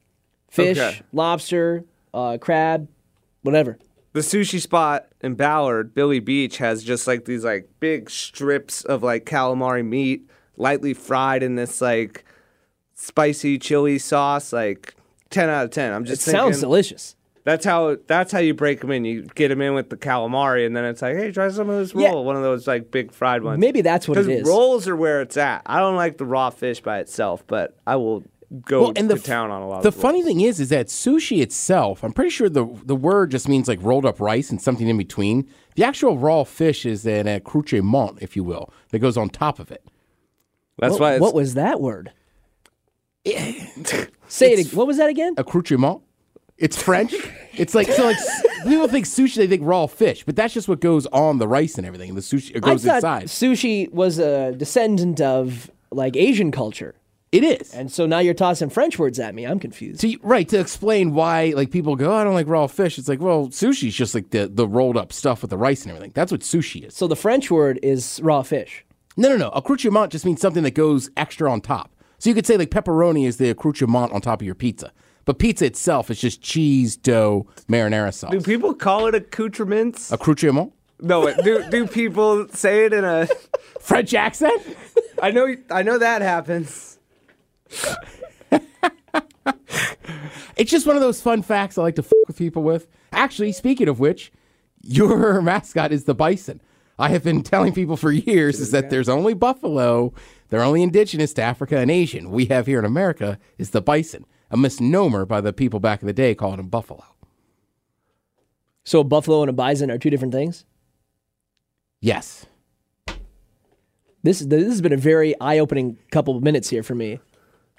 S2: fish,
S3: Okay.
S2: lobster, uh, crab, whatever.
S3: the sushi spot in Ballard, Billy Beach, has just like these like big strips of like calamari meat, lightly fried in this like spicy chili sauce. Like ten out of ten. I'm
S2: It
S3: just thinking,
S2: sounds delicious.
S3: That's how that's how you break them in. You get them in with the calamari, and then it's like, hey, try some of this roll,
S2: Yeah.
S3: one of those like big fried ones.
S2: Maybe that's what it
S3: Because
S2: is.
S3: rolls are where it's at. I don't like the raw fish by itself, but I will go to town on a lot.
S1: The
S3: of rolls.
S1: funny thing is, is that sushi itself, I'm pretty sure the the word just means like rolled up rice and something in between. The actual raw fish is an accoutrement, if you will, that goes on top of it.
S3: That's
S2: What,
S3: why it's
S2: what was that word? Say it. ag- What was that again?
S1: Eh, Accoutrement. It's
S3: (laughs)
S1: French. it's like so. Like s- people think sushi, they think raw fish, but that's just what goes on the rice and everything. And the sushi it
S2: I
S1: goes
S2: thought
S1: inside.
S2: sushi was a descendant of like Asian culture,
S1: It is.
S2: and so now you're tossing French words at me. I'm confused.
S1: So you- right to explain why like people go, "Oh, I don't like raw fish. It's like, well, sushi's just like the the rolled up stuff with the rice and everything. That's what sushi is.
S2: So the French word is raw fish.
S1: No, no, no. Accoutrement just means something that goes extra on top. So you could say like pepperoni is the accoutrement on top of your pizza, but pizza itself is just cheese, dough, marinara sauce.
S3: do people call it accoutrements?
S1: accoutrement,
S3: No, wait, do do people say it in a?
S1: French accent.
S3: I know, I know that happens.
S1: It's just one of those fun facts I like to fuck with people with. Actually, speaking of which, your (laughs) mascot is the bison. I have been telling people for years is that there's only buffalo, they're only indigenous to Africa and Asian. We have here in America is the bison, a misnomer by the people back in the day calling him buffalo.
S2: So a buffalo and a bison are two different things.
S1: Yes.
S2: This this has been a very eye opening couple of minutes here for me.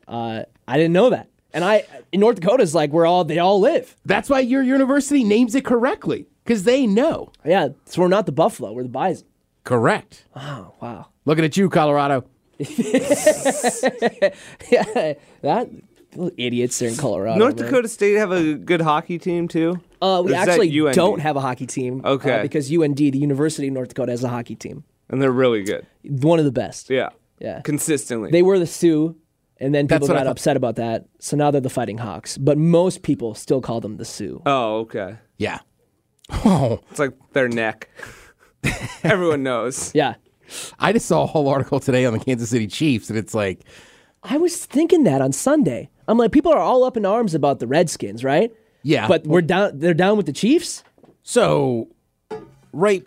S2: Uh, I didn't know that, and I in North Dakota is like where all they all live.
S1: That's why your university names it correctly, because they know.
S2: Yeah, so we're not the buffalo, we're the bison.
S1: Correct.
S2: Oh wow, (laughs)
S1: Looking at you, Colorado.
S2: yeah, that those idiots there in Colorado.
S3: North
S2: Oh, man.
S3: Dakota State have a good hockey team too.
S2: Uh, we
S3: Or is that E?
S2: actually
S3: UND?
S2: don't have a hockey team. uh,
S3: Okay.
S2: because UND, the University of North Dakota, has a hockey team.
S3: and they're really good.
S2: One of the best.
S3: Yeah,
S2: Yeah.
S3: consistently.
S2: They were the Sioux, and then people
S1: That's what I
S2: got
S1: thought.
S2: upset about that. So now they're the Fighting Hawks. But most people still call them the Sioux.
S3: oh, okay.
S1: Yeah. Oh,
S3: It's like their neck. Everyone knows.
S2: Yeah.
S1: (laughs) I just saw a whole article today on the Kansas City Chiefs, and it's like,
S2: I was thinking that on Sunday. I'm like, people are all up in arms about the Redskins, right?
S1: Yeah.
S2: But we're down they're down with the Chiefs?
S1: So, right.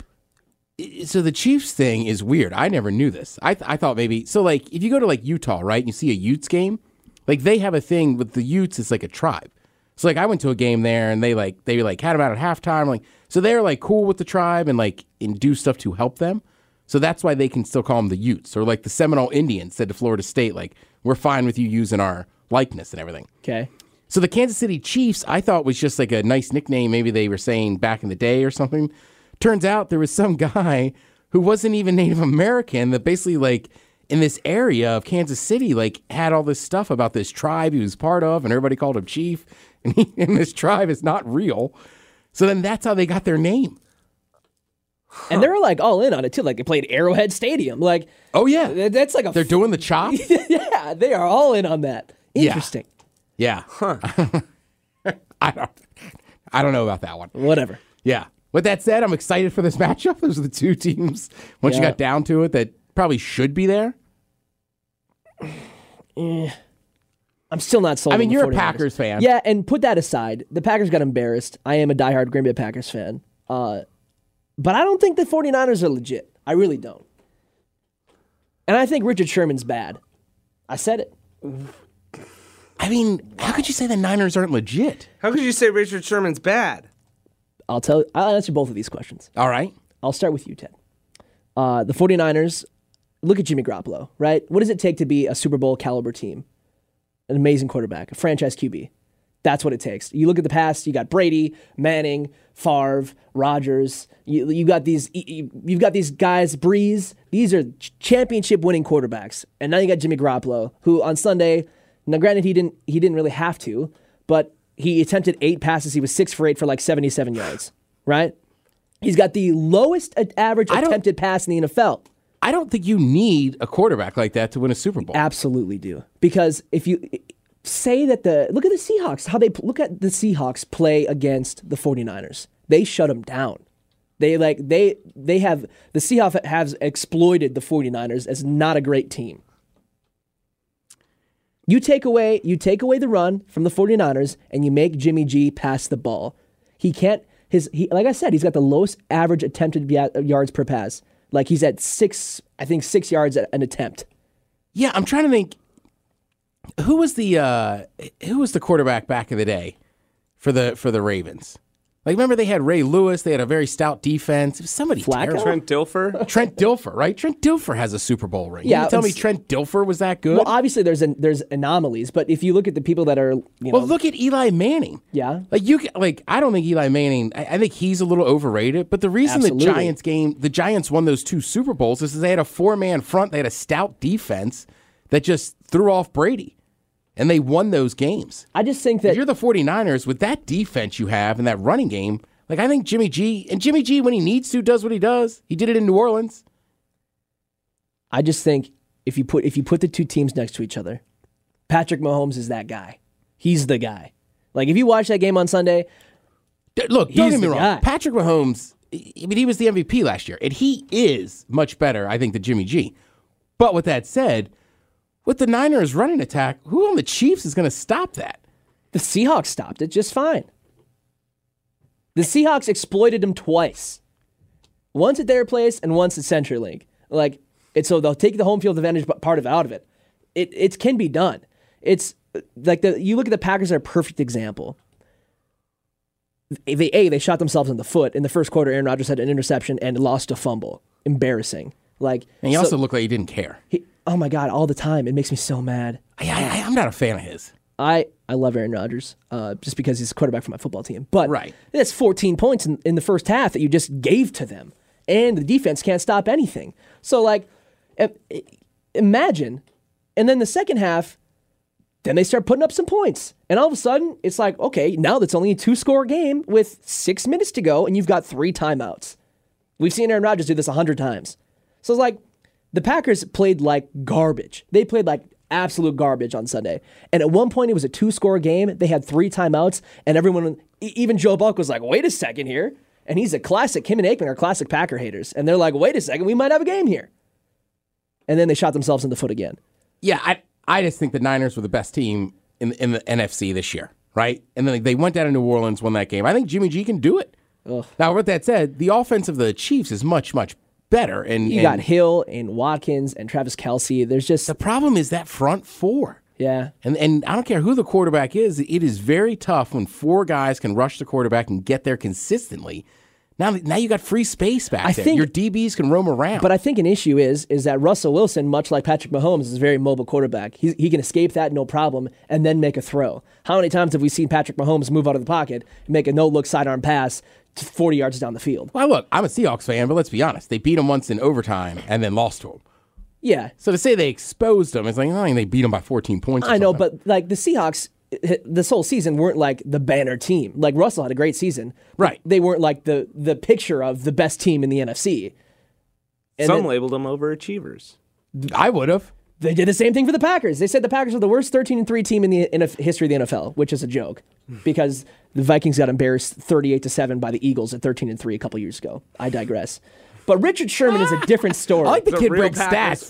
S1: So the Chiefs thing is weird. I never knew this. I th- I thought maybe so. Like if you go to like Utah, right, and you see a Utes game, like they have a thing with the Utes. It's like a tribe. So like I went to a game there, and they like they like had them out at halftime. Like so they're like cool with the tribe and like and do stuff to help them. So that's why they can still call them the Utes or like the Seminole Indians said to Florida State, like we're fine with you using our likeness and everything.
S2: Okay.
S1: So the Kansas City Chiefs, I thought was just like a nice nickname. Maybe they were saying back in the day or something. Turns out there was some (laughs) guy who wasn't even Native American that basically like in this area of Kansas City, like had all this stuff about this tribe he was part of, and everybody called him Chief. (laughs) And, he, and this tribe is not real. So then that's how they got their name.
S2: and they were like all in on it too. Like they played Arrowhead Stadium. Like
S1: Oh yeah,
S2: th- that's like a
S1: they're doing the chop.
S2: yeah. They are all in on that. Interesting.
S1: Yeah. (laughs) I don't. I don't know about that one.
S2: Whatever.
S1: Yeah. With that said, I'm excited for this (laughs) matchup. Those are the two teams. Once you
S2: Yeah.
S1: got down to it, that probably should be there.
S2: I'm still not sold.
S1: I mean,
S2: on the
S1: you're a
S2: 49ers.
S1: Packers fan.
S2: Yeah, and put that aside. The Packers got embarrassed. I am a diehard Green Bay Packers fan. Uh, but I don't think the 49ers are legit. I really don't. And I think Richard Sherman's bad. I said it.
S1: I mean, how could you say the Niners aren't legit?
S3: How could you say Richard Sherman's bad?
S2: I'll tell I'll answer both of these questions.
S1: All right.
S2: I'll start with you, Ted. Uh, the 49ers, look at Jimmy Garoppolo, right? What does it take to be a Super Bowl caliber team? An amazing quarterback, a franchise QB. That's what it takes. You look at the past, you got Brady, Manning, Favre, Rodgers. You, you got these you- you've got these guys, Breeze. These are championship winning quarterbacks. And now you got Jimmy Garoppolo, who on Sunday, now granted he didn't he didn't really have to, but he attempted eight passes. He was 6 for 8 for like 77 yards, right? He's got the lowest a- average
S1: I don't-
S2: attempted pass in the NFL.
S1: I don't think you need a quarterback like that to win a Super Bowl.
S2: Absolutely do. Because if you say that the look at the Seahawks, how they look at the Seahawks play against the 49ers. They shut them down. They like they they have the Seahawks have exploited the 49ers as not a great team. You take away you take away the run from the 49ers and you make Jimmy G pass the ball. He can't his he like I said he's got the lowest average attempted ya- yards per pass. Like he's at 6 I think 6 yards at an attempt.
S1: Yeah, I'm trying to think. Who was the uh, who was the quarterback back in the day for the for the Ravens? Like, remember they had Ray Lewis. They had a very stout defense. It was somebody
S2: Flacco?
S1: terrible.
S3: Trent Dilfer?
S1: Trent Dilfer, right? Trent Dilfer has a Super Bowl ring.
S2: Yeah,
S1: you mean to tell me
S2: it's-
S1: Trent Dilfer was that good?
S2: Well,
S1: Well,
S2: obviously there's an, there's anomalies, but if you look at the people that are, you know,
S1: look at Eli Manning.
S2: Yeah.
S1: like you, ca- like I don't think Eli Manning. I, I think he's a little overrated. But the reason
S2: Absolutely.
S1: the Giants game, the Giants won those two Super Bowls is they had a four man front. They had a stout defense that just threw off Brady, and they won those games.
S2: I just think
S1: If
S2: that
S1: you're the 49ers with that defense you have and that running game, like I think Jimmy G and Jimmy G when he needs to does what he does. He did it in New Orleans.
S2: I just think if you put if you put the two teams next to each other, Patrick Mahomes is that guy. He's the guy. Like if you watch that game on Sunday,
S1: D- Look, don't
S2: He's
S1: get me
S2: the
S1: wrong.
S2: guy.
S1: Patrick Mahomes, I mean, he was the MVP last year, and he is much better, I think, than Jimmy G. But with that said, with the Niners running attack, who on the Chiefs is going to stop that?
S2: the Seahawks stopped it just fine. The Seahawks exploited him twice. Once at their place and once at CenturyLink. Like and so they'll take the home field advantage but part of out of it. It it can be done. It's uh, like the you look at the Packers are a perfect example. they a they shot themselves in the foot in the first quarter. Aaron Rodgers had an interception and lost a fumble. Embarrassing. Like
S1: And he
S2: so-
S1: also looked like he didn't care.
S2: he- oh my god, all the time. It makes me so mad.
S1: I, I, I'm not a fan of his.
S2: I, I love Aaron Rodgers uh, just because he's a quarterback for my football team. But
S1: Right.
S2: that's 14 points in, in the first half that you just gave to them. And the defense can't stop anything. So, like, i- i- imagine. And then the second half, then they start putting up some points. And all of a sudden, it's like, okay, now that's only a two score game with six minutes to go, and you've got three timeouts. We've seen Aaron Rodgers do this a hundred times. So it's like the Packers played like garbage. They played like absolute garbage on Sunday. And at one point, it was a two-score game. They had three timeouts, and everyone, e- even Joe Buck, was like, "Wait a second here." And he's a classic. Him and Aikman are classic Packer haters, and they're like, "Wait a second, we might have a game here." And then they shot themselves in the foot again.
S1: Yeah, I I just think the Niners were the best team in in the NFC this year, right? And then they went down to New Orleans, won that game. I think Jimmy G can do it. Now, with that said, the offense of the Chiefs is much much better. And
S2: You
S1: and
S2: got Hill and Watkins and Travis Kelsey. There's just
S1: the problem is that front four.
S2: yeah.
S1: And and I don't care who the quarterback is, it is very tough when four guys can rush the quarterback and get there consistently. Now now you got free space back
S2: I
S1: there.
S2: think-
S1: Your DBs can roam around.
S2: But I think an issue is is that Russell Wilson, much like Patrick Mahomes, is a very mobile quarterback. He, he can escape that no problem and then make a throw. How many times have we seen Patrick Mahomes move out of the pocket, make a no look sidearm pass to 40 yards down the field?
S1: well, look, I'm a Seahawks fan, but let's be honest. They beat them once in overtime and then lost to them.
S2: Yeah,
S1: So to say they exposed them, it's like, oh, and they beat them by 14 points. or
S2: I know,
S1: something.
S2: but like the Seahawks, h- this whole season weren't like the banner team. Like Russell had a great season, but
S1: Right.
S2: They weren't like the the picture of the best team in the NFC. And
S3: Some
S2: then
S3: labeled them overachievers.
S1: I would have.
S2: they did the same thing for the Packers. They said the Packers are the worst thirteen and three team in the in history of the NFL, which is a joke because the Vikings got embarrassed thirty eight to seven by the Eagles at thirteen and three a couple years ago. I digress. But Richard Sherman is a different story.
S1: I like the
S3: The
S1: kid
S3: real
S1: breaks
S3: Packers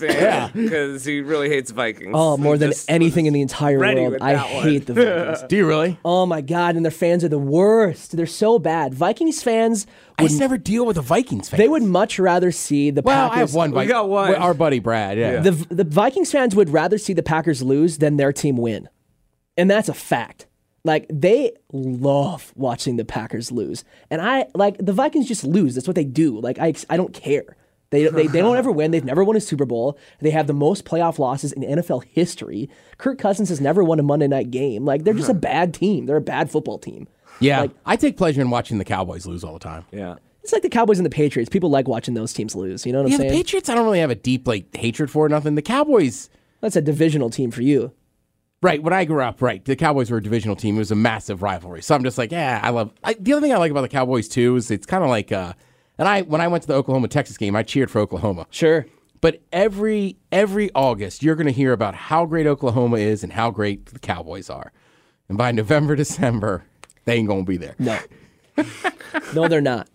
S1: stats.
S3: fan, yeah, because he really hates Vikings.
S2: Oh, more than
S3: Just-
S2: anything in the entire
S3: ready
S2: world,
S3: with
S2: I
S3: that one.
S2: hate the Vikings.
S1: (laughs) Do you really?
S2: oh my god, and their fans are the worst. They're so bad. Vikings fans
S1: I just never deal with the Vikings fan.
S2: They would much rather see the
S1: Well,
S2: Packers.
S1: I have one.
S3: We
S1: Vi-
S3: got one.
S1: Our buddy Brad. Yeah.
S2: The the Vikings fans would rather see the Packers lose than their team win, and that's a fact. Like they love watching the Packers lose, and I like the Vikings just lose. That's what they do. Like I I don't care. They, they, they don't ever win. They've never won a Super Bowl. They have the most playoff losses in NFL history. Kirk Cousins has never won a Monday night game. Like they're just a bad team. They're a bad football team.
S1: yeah. I take pleasure in watching the Cowboys lose all the time.
S3: Yeah.
S2: It's like the Cowboys and the Patriots. People like watching those teams lose. You know what I'm
S1: Yeah, the
S2: saying?
S1: Patriots, I don't really have a deep like hatred for or nothing. The Cowboys,
S2: That's a divisional team for you.
S1: right? When I grew up, right, the Cowboys were a divisional team. It was a massive rivalry. So I'm just like, yeah, I love. I, the other thing I like about the Cowboys too is it's kind of like, uh, and I when I went to the Oklahoma Texas game, I cheered for Oklahoma.
S2: Sure.
S1: But every every August, you're going to hear about how great Oklahoma is and how great the Cowboys are, and by November, (laughs) December, they ain't going to be there. (laughs)
S2: No. no, they're not.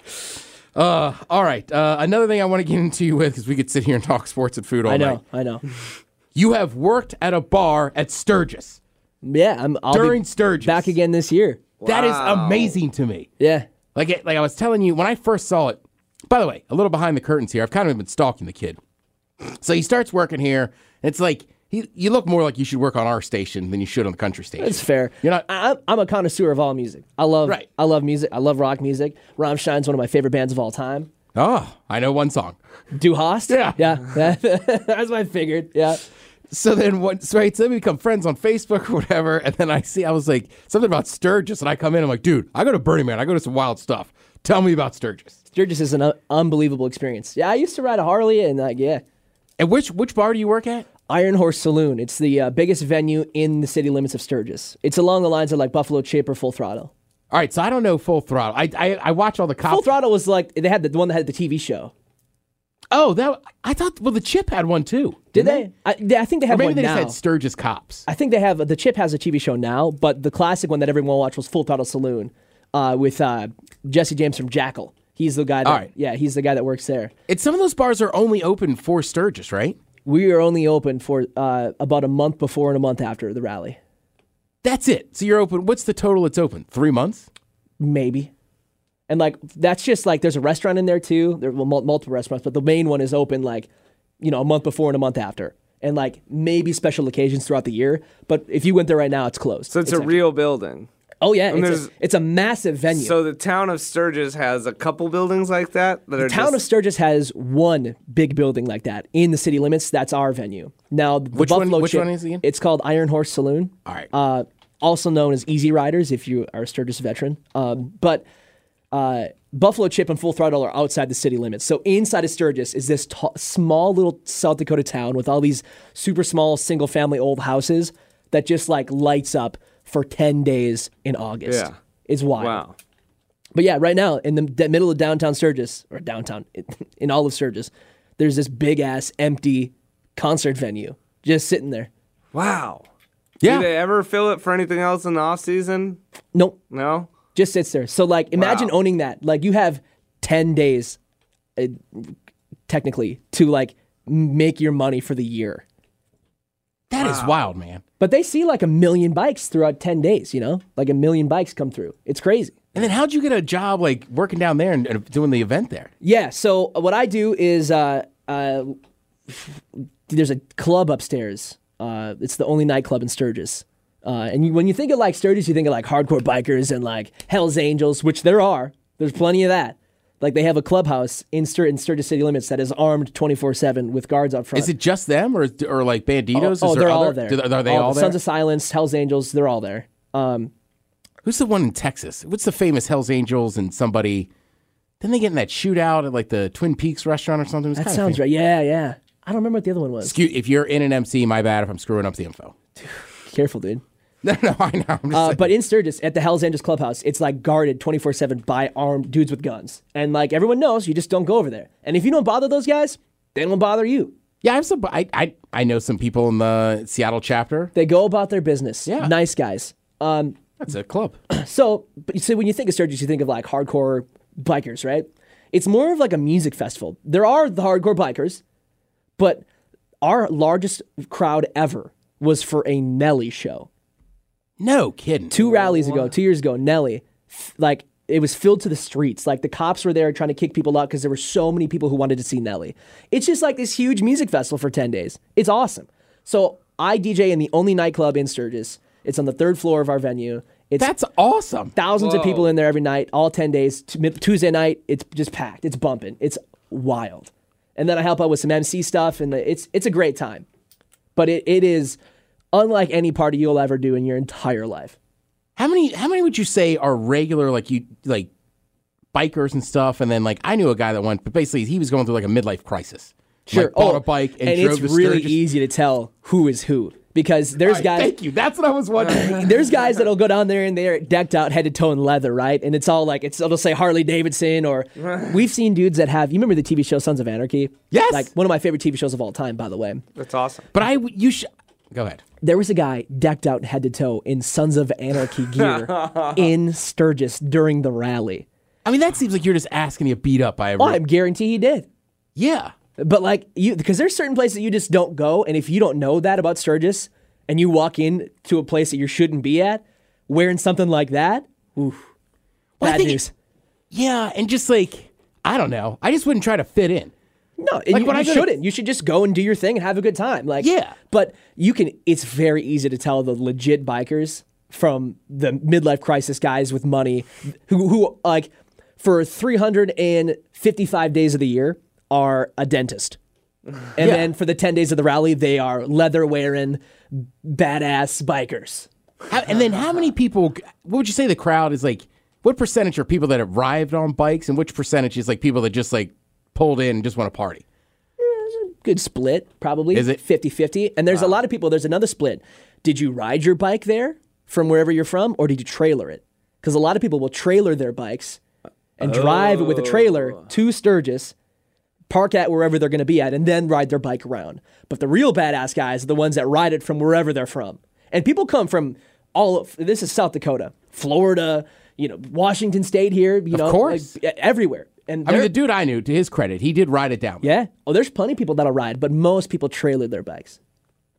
S1: All right, uh, another thing I want to get into you with because we could sit here and talk sports and food all
S2: I
S1: night.
S2: know. I know.
S1: You have worked at a bar at Sturgis.
S2: Yeah, I'm I'll be
S1: During Sturgis.
S2: back again this year.
S1: That is amazing to me.
S2: Yeah.
S1: Like, it- like I was telling you when I first saw it. By the way, a little behind the curtains here. I've kind of been stalking the kid. So he starts working here, and it's like he, you look more like you should work on our station than you should on the country station.
S2: It's fair.
S1: You're not-
S2: I, I'm- I'm a connoisseur of all music. I love.
S1: Right.
S2: I love music. I love rock music. Rammstein's one of my favorite bands of all time.
S1: Oh, I know one song.
S2: Du Hast.
S1: Yeah.
S2: Yeah. (laughs) That's what I figured. Yeah.
S1: So then, what, so, right, so then we become friends on Facebook or whatever. And then I see, I was like, something about Sturgis. And I come in, I'm like, dude, I go to Burning Man. I go to some wild stuff. Tell me about Sturgis.
S2: Sturgis is an un- unbelievable experience. Yeah, I used to ride a Harley and like yeah.
S1: And which which bar do you work at?
S2: Iron Horse Saloon. It's the uh, biggest venue in the city limits of Sturgis. It's along the lines of like Buffalo Chip or Full Throttle.
S1: All right, so I don't know Full Throttle. I I, I watch all the cops.
S2: Full Throttle was like they had the, the one that had the TV show.
S1: Oh, that I thought. Well, the chip had one too.
S2: Did they? I, they- I think they
S1: Or
S2: have
S1: maybe
S2: one
S1: they
S2: now.
S1: just had Sturgis cops.
S2: I think they have the Chip has a TV show now, but the classic one that everyone watched was Full Throttle Saloon uh, with uh, Jesse James from Jackal. He's the guy. That,
S1: All right.
S2: Yeah, he's the guy that works there.
S1: And some of those bars are only open for Sturgis, right?
S2: We are only open for uh, about a month before and a month after the rally,
S1: That's it. So you're open. What's the total? It's open three months.
S2: maybe. And like that's just like there's a restaurant in there too. There well, mul- multiple restaurants, but the main one is open like you know a month before and a month after, and like maybe special occasions throughout the year. But if you went there right now, it's closed.
S3: So it's, a
S2: actually-
S3: real building.
S2: oh yeah, it's
S3: there's-
S2: a, it's a massive venue.
S3: So the town of Sturgis has a couple buildings like that that are
S2: Town of
S3: just,
S2: Sturgis has one big building like that in the city limits. That's our venue. Now, the
S1: Which one-
S2: Buffalo
S1: which
S2: Chip,
S1: one is it again?
S2: It's called Iron Horse Saloon.
S1: All right.
S2: Uh, also known as Easy Riders if you are a Sturgis veteran. Um, but uh, Buffalo Chip and Full Throttle are outside the city limits. So inside of Sturgis is this ta- small little South Dakota town with all these super small single family old houses that just like lights up for 10 days in August.
S3: Yeah.
S2: It's wild.
S3: wow.
S2: But yeah, right now in the d- middle of downtown Sturgis or downtown (laughs) in all of Sturgis, there's this big ass empty concert venue just sitting there.
S3: Wow.
S1: Yeah.
S3: Do they ever fill it for anything else in the off season?
S2: Nope,
S3: No.
S2: just sits there. So like, imagine
S3: Wow.
S2: owning that. Like you have ten days, uh, technically, to like make your money for the year.
S1: That is wild, man.
S2: But they see like a million bikes throughout ten days. You know, like a million bikes come through. It's crazy.
S1: And then how'd you get a job like working down there and, and doing the event there?
S2: Yeah. So what I do is uh, uh, there's a club upstairs. Uh, it's the only nightclub in Sturgis. Uh, and you, when you think of like Sturgis, you think of like hardcore bikers and like Hell's Angels, which there are. There's plenty of that. Like they have a clubhouse in, Stur- in Sturgis city limits that is armed 24 seven with guards out front.
S1: Is it just them or or like Banditos? Is
S2: Oh,
S1: there
S2: they're all
S1: other-
S2: there.
S1: do- Are they all,
S2: the
S1: there?
S2: Sons of Silence, Hell's Angels, they're all there. Um,
S1: Who's the one in Texas? What's the famous Hell's Angels and somebody? Then they get in that shootout at like the Twin Peaks restaurant or something.
S2: that sounds right. Yeah, yeah. I don't remember what the other one was.
S1: Excuse, if you're in an MC, my bad if I'm screwing up the info.
S2: Careful, dude.
S1: (laughs) No, no, I know. I'm just
S2: Uh,
S1: saying.
S2: but in Sturgis, at the Hells Angels clubhouse, it's like guarded 24 7 by armed dudes with guns. And like everyone knows, you just don't go over there. And if you don't bother those guys, they don't bother you.
S1: yeah, I'm some. I, I I know some people in the Seattle chapter.
S2: They go about their business.
S1: Yeah.
S2: Nice guys. Um,
S1: That's a club.
S2: so, but you see, when you think of Sturgis, you think of like hardcore bikers, right? It's more of like a music festival. There are the hardcore bikers, but our largest crowd ever was for a Nelly show.
S1: (clears throat) No kidding.
S2: two rallies ago, two years ago, Nelly, f- like it was filled to the streets. Like the cops were there trying to kick people out because there were so many people who wanted to see Nelly. It's just like this huge music festival for 10 days. It's awesome. So I DJ in the only nightclub in Sturgis. It's on the third floor of our venue. It's
S1: That's awesome.
S2: thousands of people in there every night, all 10 days. T- mi- Tuesday night, it's just packed. It's bumping. It's wild. And then I help out with some MC stuff, and the, it's it's a great time. But it, it is unlike any party you'll ever do in your entire life.
S1: How many how many would you say are regular like you like bikers and stuff and then like I knew a guy that went but basically he was going through like a midlife crisis.
S2: Sure.
S1: Like, bought
S2: Oh,
S1: a bike and, drove
S2: it's
S1: to
S2: really
S1: Sturgis.
S2: easy to tell who is who because there's
S1: Right,
S2: guys.
S1: Thank you. That's what I was (laughs) wondering.
S2: There's guys that'll go down there and they're decked out head to toe in leather, right? And it's all like it's it'll say Harley
S1: (laughs)
S2: Davidson or we've seen dudes that have you remember the TV show Sons of Anarchy?
S1: Yes.
S2: Like one of my favorite TV shows of all time, by the way.
S3: That's awesome.
S1: but I w- you should go ahead.
S2: There was a guy decked out head to toe in Sons of Anarchy
S1: (laughs)
S2: gear in Sturgis during the rally.
S1: I mean that seems like you're just asking to get beat up by a
S2: Oh, I'm guarantee he did.
S1: yeah.
S2: But like you, because there's certain places that you just don't go, and if you don't know that about Sturgis, and you walk in to a place that you shouldn't be at, wearing something like that, oof,
S1: Well, I
S2: bad
S1: think it-
S2: news.
S1: Yeah, and just like I don't know. I just wouldn't try to fit in.
S2: no, and
S1: like
S2: you,
S1: when I
S2: you
S1: go to-
S2: shouldn't. you should just go and do your thing and have a good time. Like
S1: Yeah.
S2: but you can. It's very easy to tell the legit bikers from the midlife crisis guys with money, who who like for 355 days of the year are a dentist. And
S1: Yeah.
S2: then for the 10 days of the rally, they are leather wearing, badass bikers.
S1: How, and then how many people? What would you say the crowd is like? What percentage are people that arrived on bikes, and which percentage is like people that just like pulled in and just want to party?
S2: Good split, probably.
S1: Is it?
S2: 50 50. And there's a lot of people, there's another split. Did you ride your bike there from wherever you're from, or did you trailer it? Because a lot of people will trailer their bikes and drive it with a
S1: Oh.
S2: trailer to Sturgis, park at wherever they're going to be at, and then ride their bike around. But the real badass guys are the ones that ride it from wherever they're from. And people come from all of this is South Dakota, Florida, you know, Washington State here, you know, like,
S1: course.
S2: e- everywhere. And
S1: I mean,
S2: they're-
S1: the dude I knew, to his credit, he did ride it down.
S2: yeah. Oh, there's plenty of people that'll ride, but most people trailer their bikes.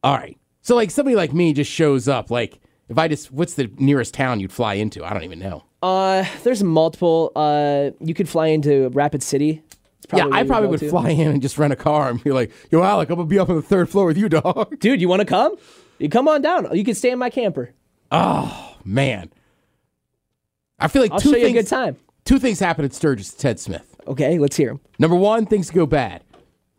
S1: All right. So like somebody like me just shows up. Like if I just, what's the nearest town you'd fly into? I don't even know.
S2: Uh, there's multiple. Uh, you could fly into Rapid City. It's
S1: yeah,
S2: where
S1: I
S2: you
S1: probably
S2: go
S1: would
S2: to.
S1: fly in and just rent a car and be like, "Yo, Alec, I'm gonna be up on the third floor with you, dog." (laughs)
S2: Dude, you want to come? You come on down. You can stay in my camper.
S1: Man, I feel like
S2: I'll
S1: two
S2: show you
S1: things.
S2: a good time.
S1: Two things happened at Sturgis. to Ted Smith.
S2: Okay, let's hear him.
S1: Number one, things go bad.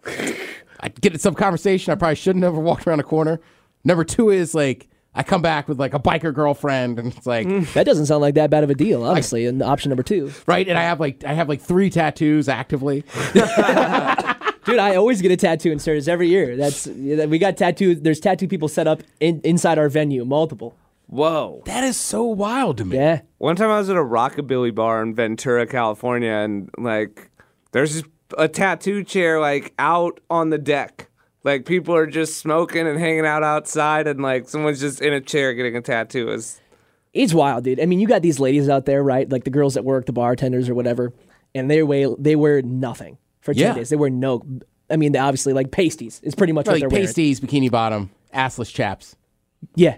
S1: I get in some conversation I probably shouldn't have walked around a corner. Number two is like I come back with like a biker girlfriend, and it's like
S2: That doesn't sound like that bad of a deal, honestly. and option number two,
S1: right, and I have like I have like three tattoos actively.
S2: dude, I always get a tattoo in Sturgis every year. That's we got tattoo. There's tattoo people set up in, inside our venue, multiple.
S3: Whoa.
S1: That is so wild to me.
S2: Yeah,
S3: One time I was at a rockabilly bar in Ventura, California, and like there's just a tattoo chair like out on the deck. Like people are just smoking and hanging out outside, and like someone's just in a chair getting a tattoo. Is
S2: It's wild, dude. I mean, you got these ladies out there, right? Like the girls that work, the bartenders or whatever, and they weigh they wear nothing for ten
S1: Yeah.
S2: days. They wear no. I mean, they obviously like pasties. It's pretty much what
S1: like
S2: they're
S1: pasties, bikini bottom, assless chaps.
S2: wearing. Yeah.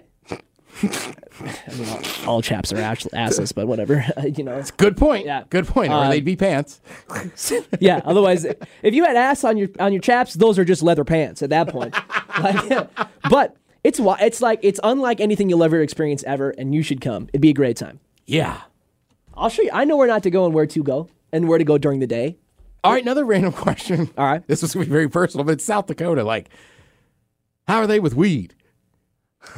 S2: (laughs) I mean, all, all chaps are ass- asses, but whatever. (laughs) you know.
S1: Good point.
S2: Yeah.
S1: Good point. Or
S2: Uh,
S1: they'd be pants.
S2: Yeah. Otherwise, if you had ass on your on your chaps, those are just leather pants at that point. (laughs) like, but it's wi- it's like it's unlike anything you'll ever experience ever, and you should come. It'd be a great time.
S1: Yeah.
S2: I'll show you. I know where not to go and where to go and where to go during the day.
S1: All right, another random (laughs) question.
S2: All right.
S1: This was gonna be very personal, but it's South Dakota. Like, how are they with
S2: (laughs)
S1: weed? so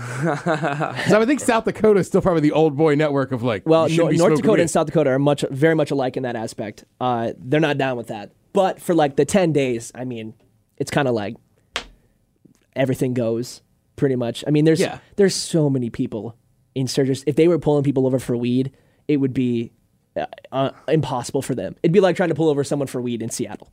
S1: I think South Dakota is still probably the old boy network of like.
S2: Well,
S1: you shouldn't
S2: Nor-
S1: be smoking
S2: North Dakota
S1: weed.
S2: and South Dakota are much, very much alike in that aspect. Uh, they're not down with that. But for like the ten days, I mean, it's kind of like everything goes pretty much. I mean, there's
S1: Yeah.
S2: there's so many people insurgents, if they were pulling people over for weed, it would be uh, uh, impossible for them. It'd be like trying to pull over someone for weed in Seattle.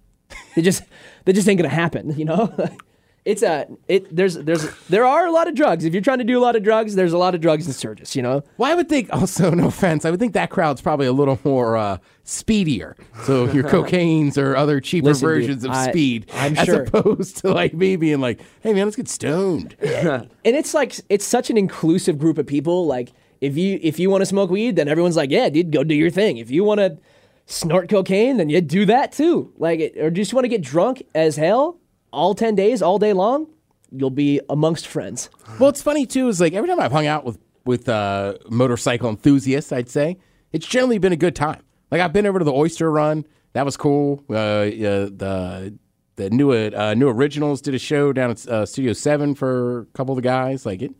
S2: They just, (laughs) they just ain't gonna happen. You know, (laughs) it's a it. There's there's there are a lot of drugs. If you're trying to do a lot of drugs, there's a lot of drugs in Sturgis. You know,
S1: Well, I would think (laughs) also, no offense, I would think that crowd's probably a little more uh, speedier. So
S2: (laughs)
S1: your cocaines or other cheaper
S2: Listen, dude,
S1: versions of
S2: I-
S1: speed,
S2: I'm
S1: as
S2: sure.
S1: opposed to like me being like, "Hey man, let's get stoned."
S2: and it's like it's such an inclusive group of people. Like if you if you want to smoke weed, then everyone's like, yeah, dude, go do your thing. If you want to snort cocaine, then you do that too. Like it- or just want to get drunk as hell all ten days, all day long, you'll be amongst friends.
S1: well, it's funny too. Is like every time I've hung out with with uh, motorcycle enthusiasts, I'd say it's generally been a good time. Like I've been over to the Oyster Run, that was cool. Uh, uh, the the new uh, new originals did a show down at uh, Studio Seven for a couple of the guys. Like it,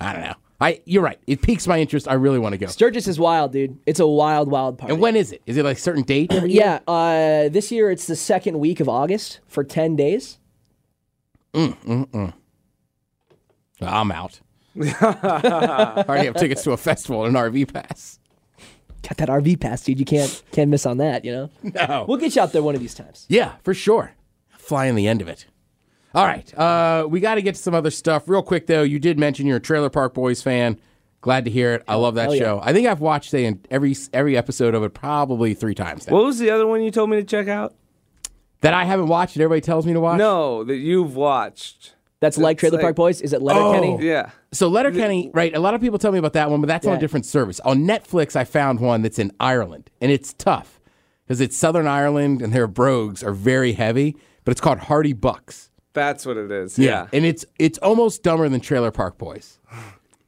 S1: I don't know. I you're right. It piques my interest. I really want to go.
S2: Sturgis is wild, dude. It's a wild, wild party.
S1: And when is it? Is it like certain date? every year?
S2: yeah, uh, this year it's the second week of August for ten days.
S1: I'm out. (laughs) I already have tickets to a festival and an RV pass.
S2: Got that RV pass, dude. You can't can't miss on that. You know.
S1: No.
S2: We'll get you out there one of these times.
S1: Yeah, for sure. Flying the end of it. All right. Uh, we got to get to some other stuff. Real quick, though, you did mention you're a Trailer Park Boys fan. Glad to hear it. I love that
S2: Hell yeah.
S1: show. I think I've watched the, every every episode of it probably three times now.
S3: What was the other one you told me to check out?
S1: that I haven't watched it, everybody tells me to watch.
S3: No, that you've watched.
S2: That's like Trailer
S3: like-
S2: Park Boys. Is it Letterkenny?
S1: Oh.
S3: Yeah.
S1: So Letterkenny, right? A lot of people tell me about that one, but that's on a
S2: Yeah.
S1: different service. On Netflix, I found one that's in Ireland, and it's tough because it's Southern Ireland, and their brogues are very heavy. But it's called Hardy Bucks.
S3: That's what it is. Yeah.
S1: and it's it's almost dumber than Trailer Park Boys.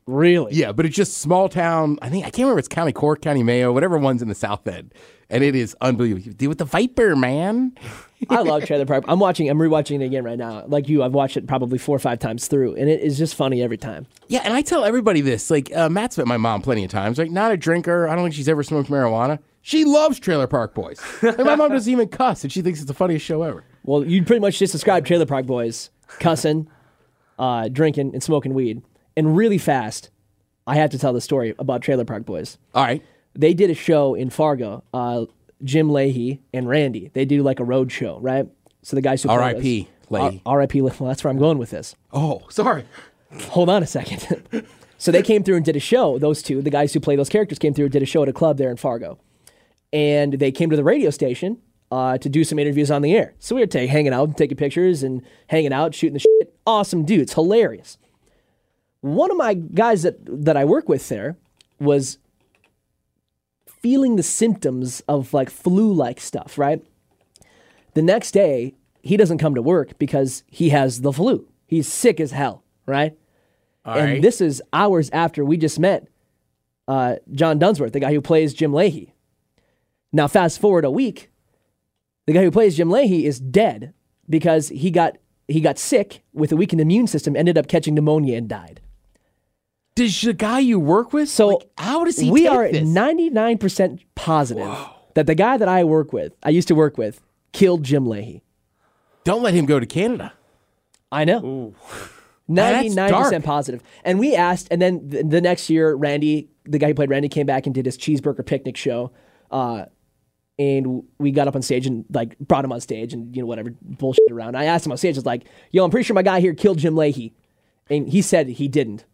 S2: Really?
S1: Yeah, but it's just small town. I think I can't remember. It's County Cork, County Mayo, whatever one's in the South End, and it is unbelievable. You deal with the Viper, man.
S2: I love Trailer Park. I'm watching. I'm rewatching it again right now. Like you, I've watched it probably four or five times through, and it is just funny every time.
S1: Yeah, and I tell everybody this. Like, uh, Matt's met my mom plenty of times. Like, not a drinker. I don't think she's ever smoked marijuana. She loves Trailer Park Boys. Like, my mom doesn't even cuss, and she thinks it's the funniest show ever.
S2: Well, you pretty much just described Trailer Park Boys cussing, uh, drinking, and smoking weed. And really fast, I have to tell the story about Trailer Park Boys.
S1: All right.
S2: They did a show in Fargo. Uh, Jim Leahy and Randy. They do like a road show, right? So the guys who played us-
S1: R.I.P. Leahy.
S2: R- R.I.P. Leahy. Well, that's where I'm going with this.
S1: Oh, sorry.
S2: hold on a second. (laughs) so they came through and did a show. Those two, the guys who play those characters, came through and did a show at a club there in Fargo, and they came to the radio station uh, to do some interviews on the air. So we were ta- hanging out, and taking pictures, and hanging out, shooting the shit. Awesome dudes, hilarious. One of my guys that that I work with there was feeling the symptoms of like flu-like stuff, right? The next day, he doesn't come to work because he has the flu. He's sick as hell, right? and
S1: right.
S2: this is hours after we just met uh, John Dunsworth, the guy who plays Jim Leahy. Now, fast forward a week, the guy who plays Jim Leahy is dead because he got he got sick with a weakened immune system, ended up catching pneumonia and died.
S1: Does the guy you work with?
S2: So
S1: like, how does he?
S2: We
S1: take
S2: are
S1: this?
S2: ninety nine percent positive that the guy that I work with, I used to work with, killed Jim Leahy.
S1: Don't let him go to Canada.
S2: I know. Ninety nine
S1: dark.
S2: percent positive. And we asked, and then th- the next year, Randy, the guy who played Randy, came back and did his cheeseburger picnic show. Uh, and w- we got up on stage and like brought him on stage and you know whatever bullshit around. I asked him on stage, I was like, "Yo, I'm pretty sure my guy here killed Jim Leahy," and he said he didn't.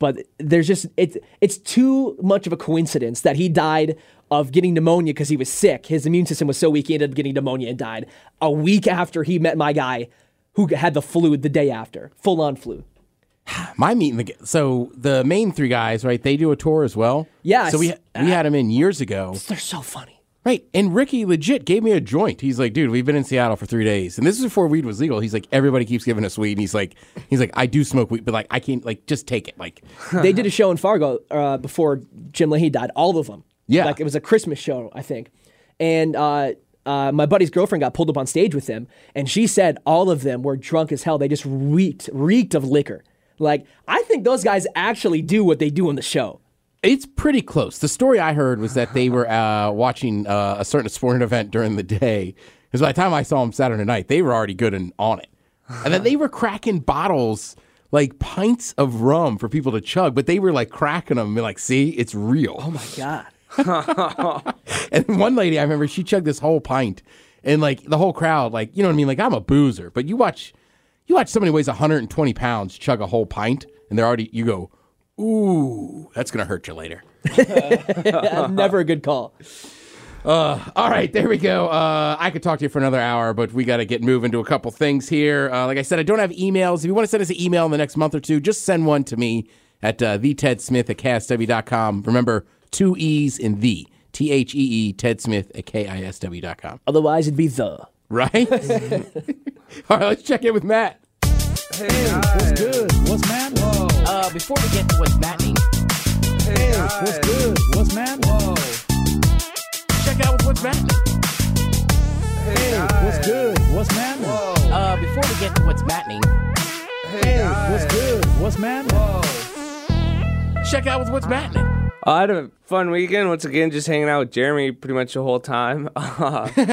S2: But there's just it's it's too much of a coincidence that he died of getting pneumonia because he was sick. His immune system was so weak he ended up getting pneumonia and died a week after he met my guy who had the flu the day after, full on flu.
S1: My meeting the g- so the main three guys, right? They do a tour as well.
S2: Yes.
S1: So we we had him in years ago.
S2: They're so funny.
S1: Right. And Ricky legit gave me a joint. He's like, dude, we've been in Seattle for three days. And this is before weed was legal. He's like, everybody keeps giving us weed. And he's like, he's like, I do smoke weed, but like, I can't, like, just take it. Like,
S2: they did a show in Fargo uh, before Jim Leahy died. All of them.
S1: Yeah.
S2: Like it was a Christmas show, I think. And uh, uh, my buddy's girlfriend got pulled up on stage with them, and she said all of them were drunk as hell. They just reeked, reeked of liquor. Like I think those guys actually do what they do on the show.
S1: it's pretty close. The story I heard was that they were uh, watching uh, a certain sporting event during the day. Because by the time I saw them Saturday night, they were already good and on it. And then they were cracking bottles. like pints of rum for people to chug, but they were like cracking them and be like, see, it's real.
S2: (laughs) God.
S1: And one lady, I remember, she chugged this whole pint, and like the whole crowd, like you know what I mean. Like I'm a boozer, but you watch, you watch somebody who weighs 120 pounds chug a whole pint, and they're already. You go, ooh, that's gonna hurt you later.
S2: Never a good call.
S1: All right, there we go. Uh, I could talk to you for another hour, but we got to get moving to a couple things here. Uh, like I said, I don't have emails. If you want to send us an email in the next month or two, just send one to me at uh, thetedsmith at castw.com. Remember, two E's in the, T H E E, Ted Smith at KISW.com.
S2: Otherwise, it'd be the.
S3: (laughs)
S1: Right? All right, let's check in with Matt.
S5: What's good? What's man? Whoa.
S4: Uh, before we get to what's happening,
S5: Hey, what's good? What's man? Whoa.
S4: check out what's happening.
S5: Hey, what's good? What's man? Whoa.
S4: Uh, before we get to what's happening,
S5: Hey, what's good? What's man?
S1: Check out with what's happening.
S3: I had a fun weekend once again, just hanging out with Jeremy pretty much the whole
S1: (laughs)
S3: time. (laughs)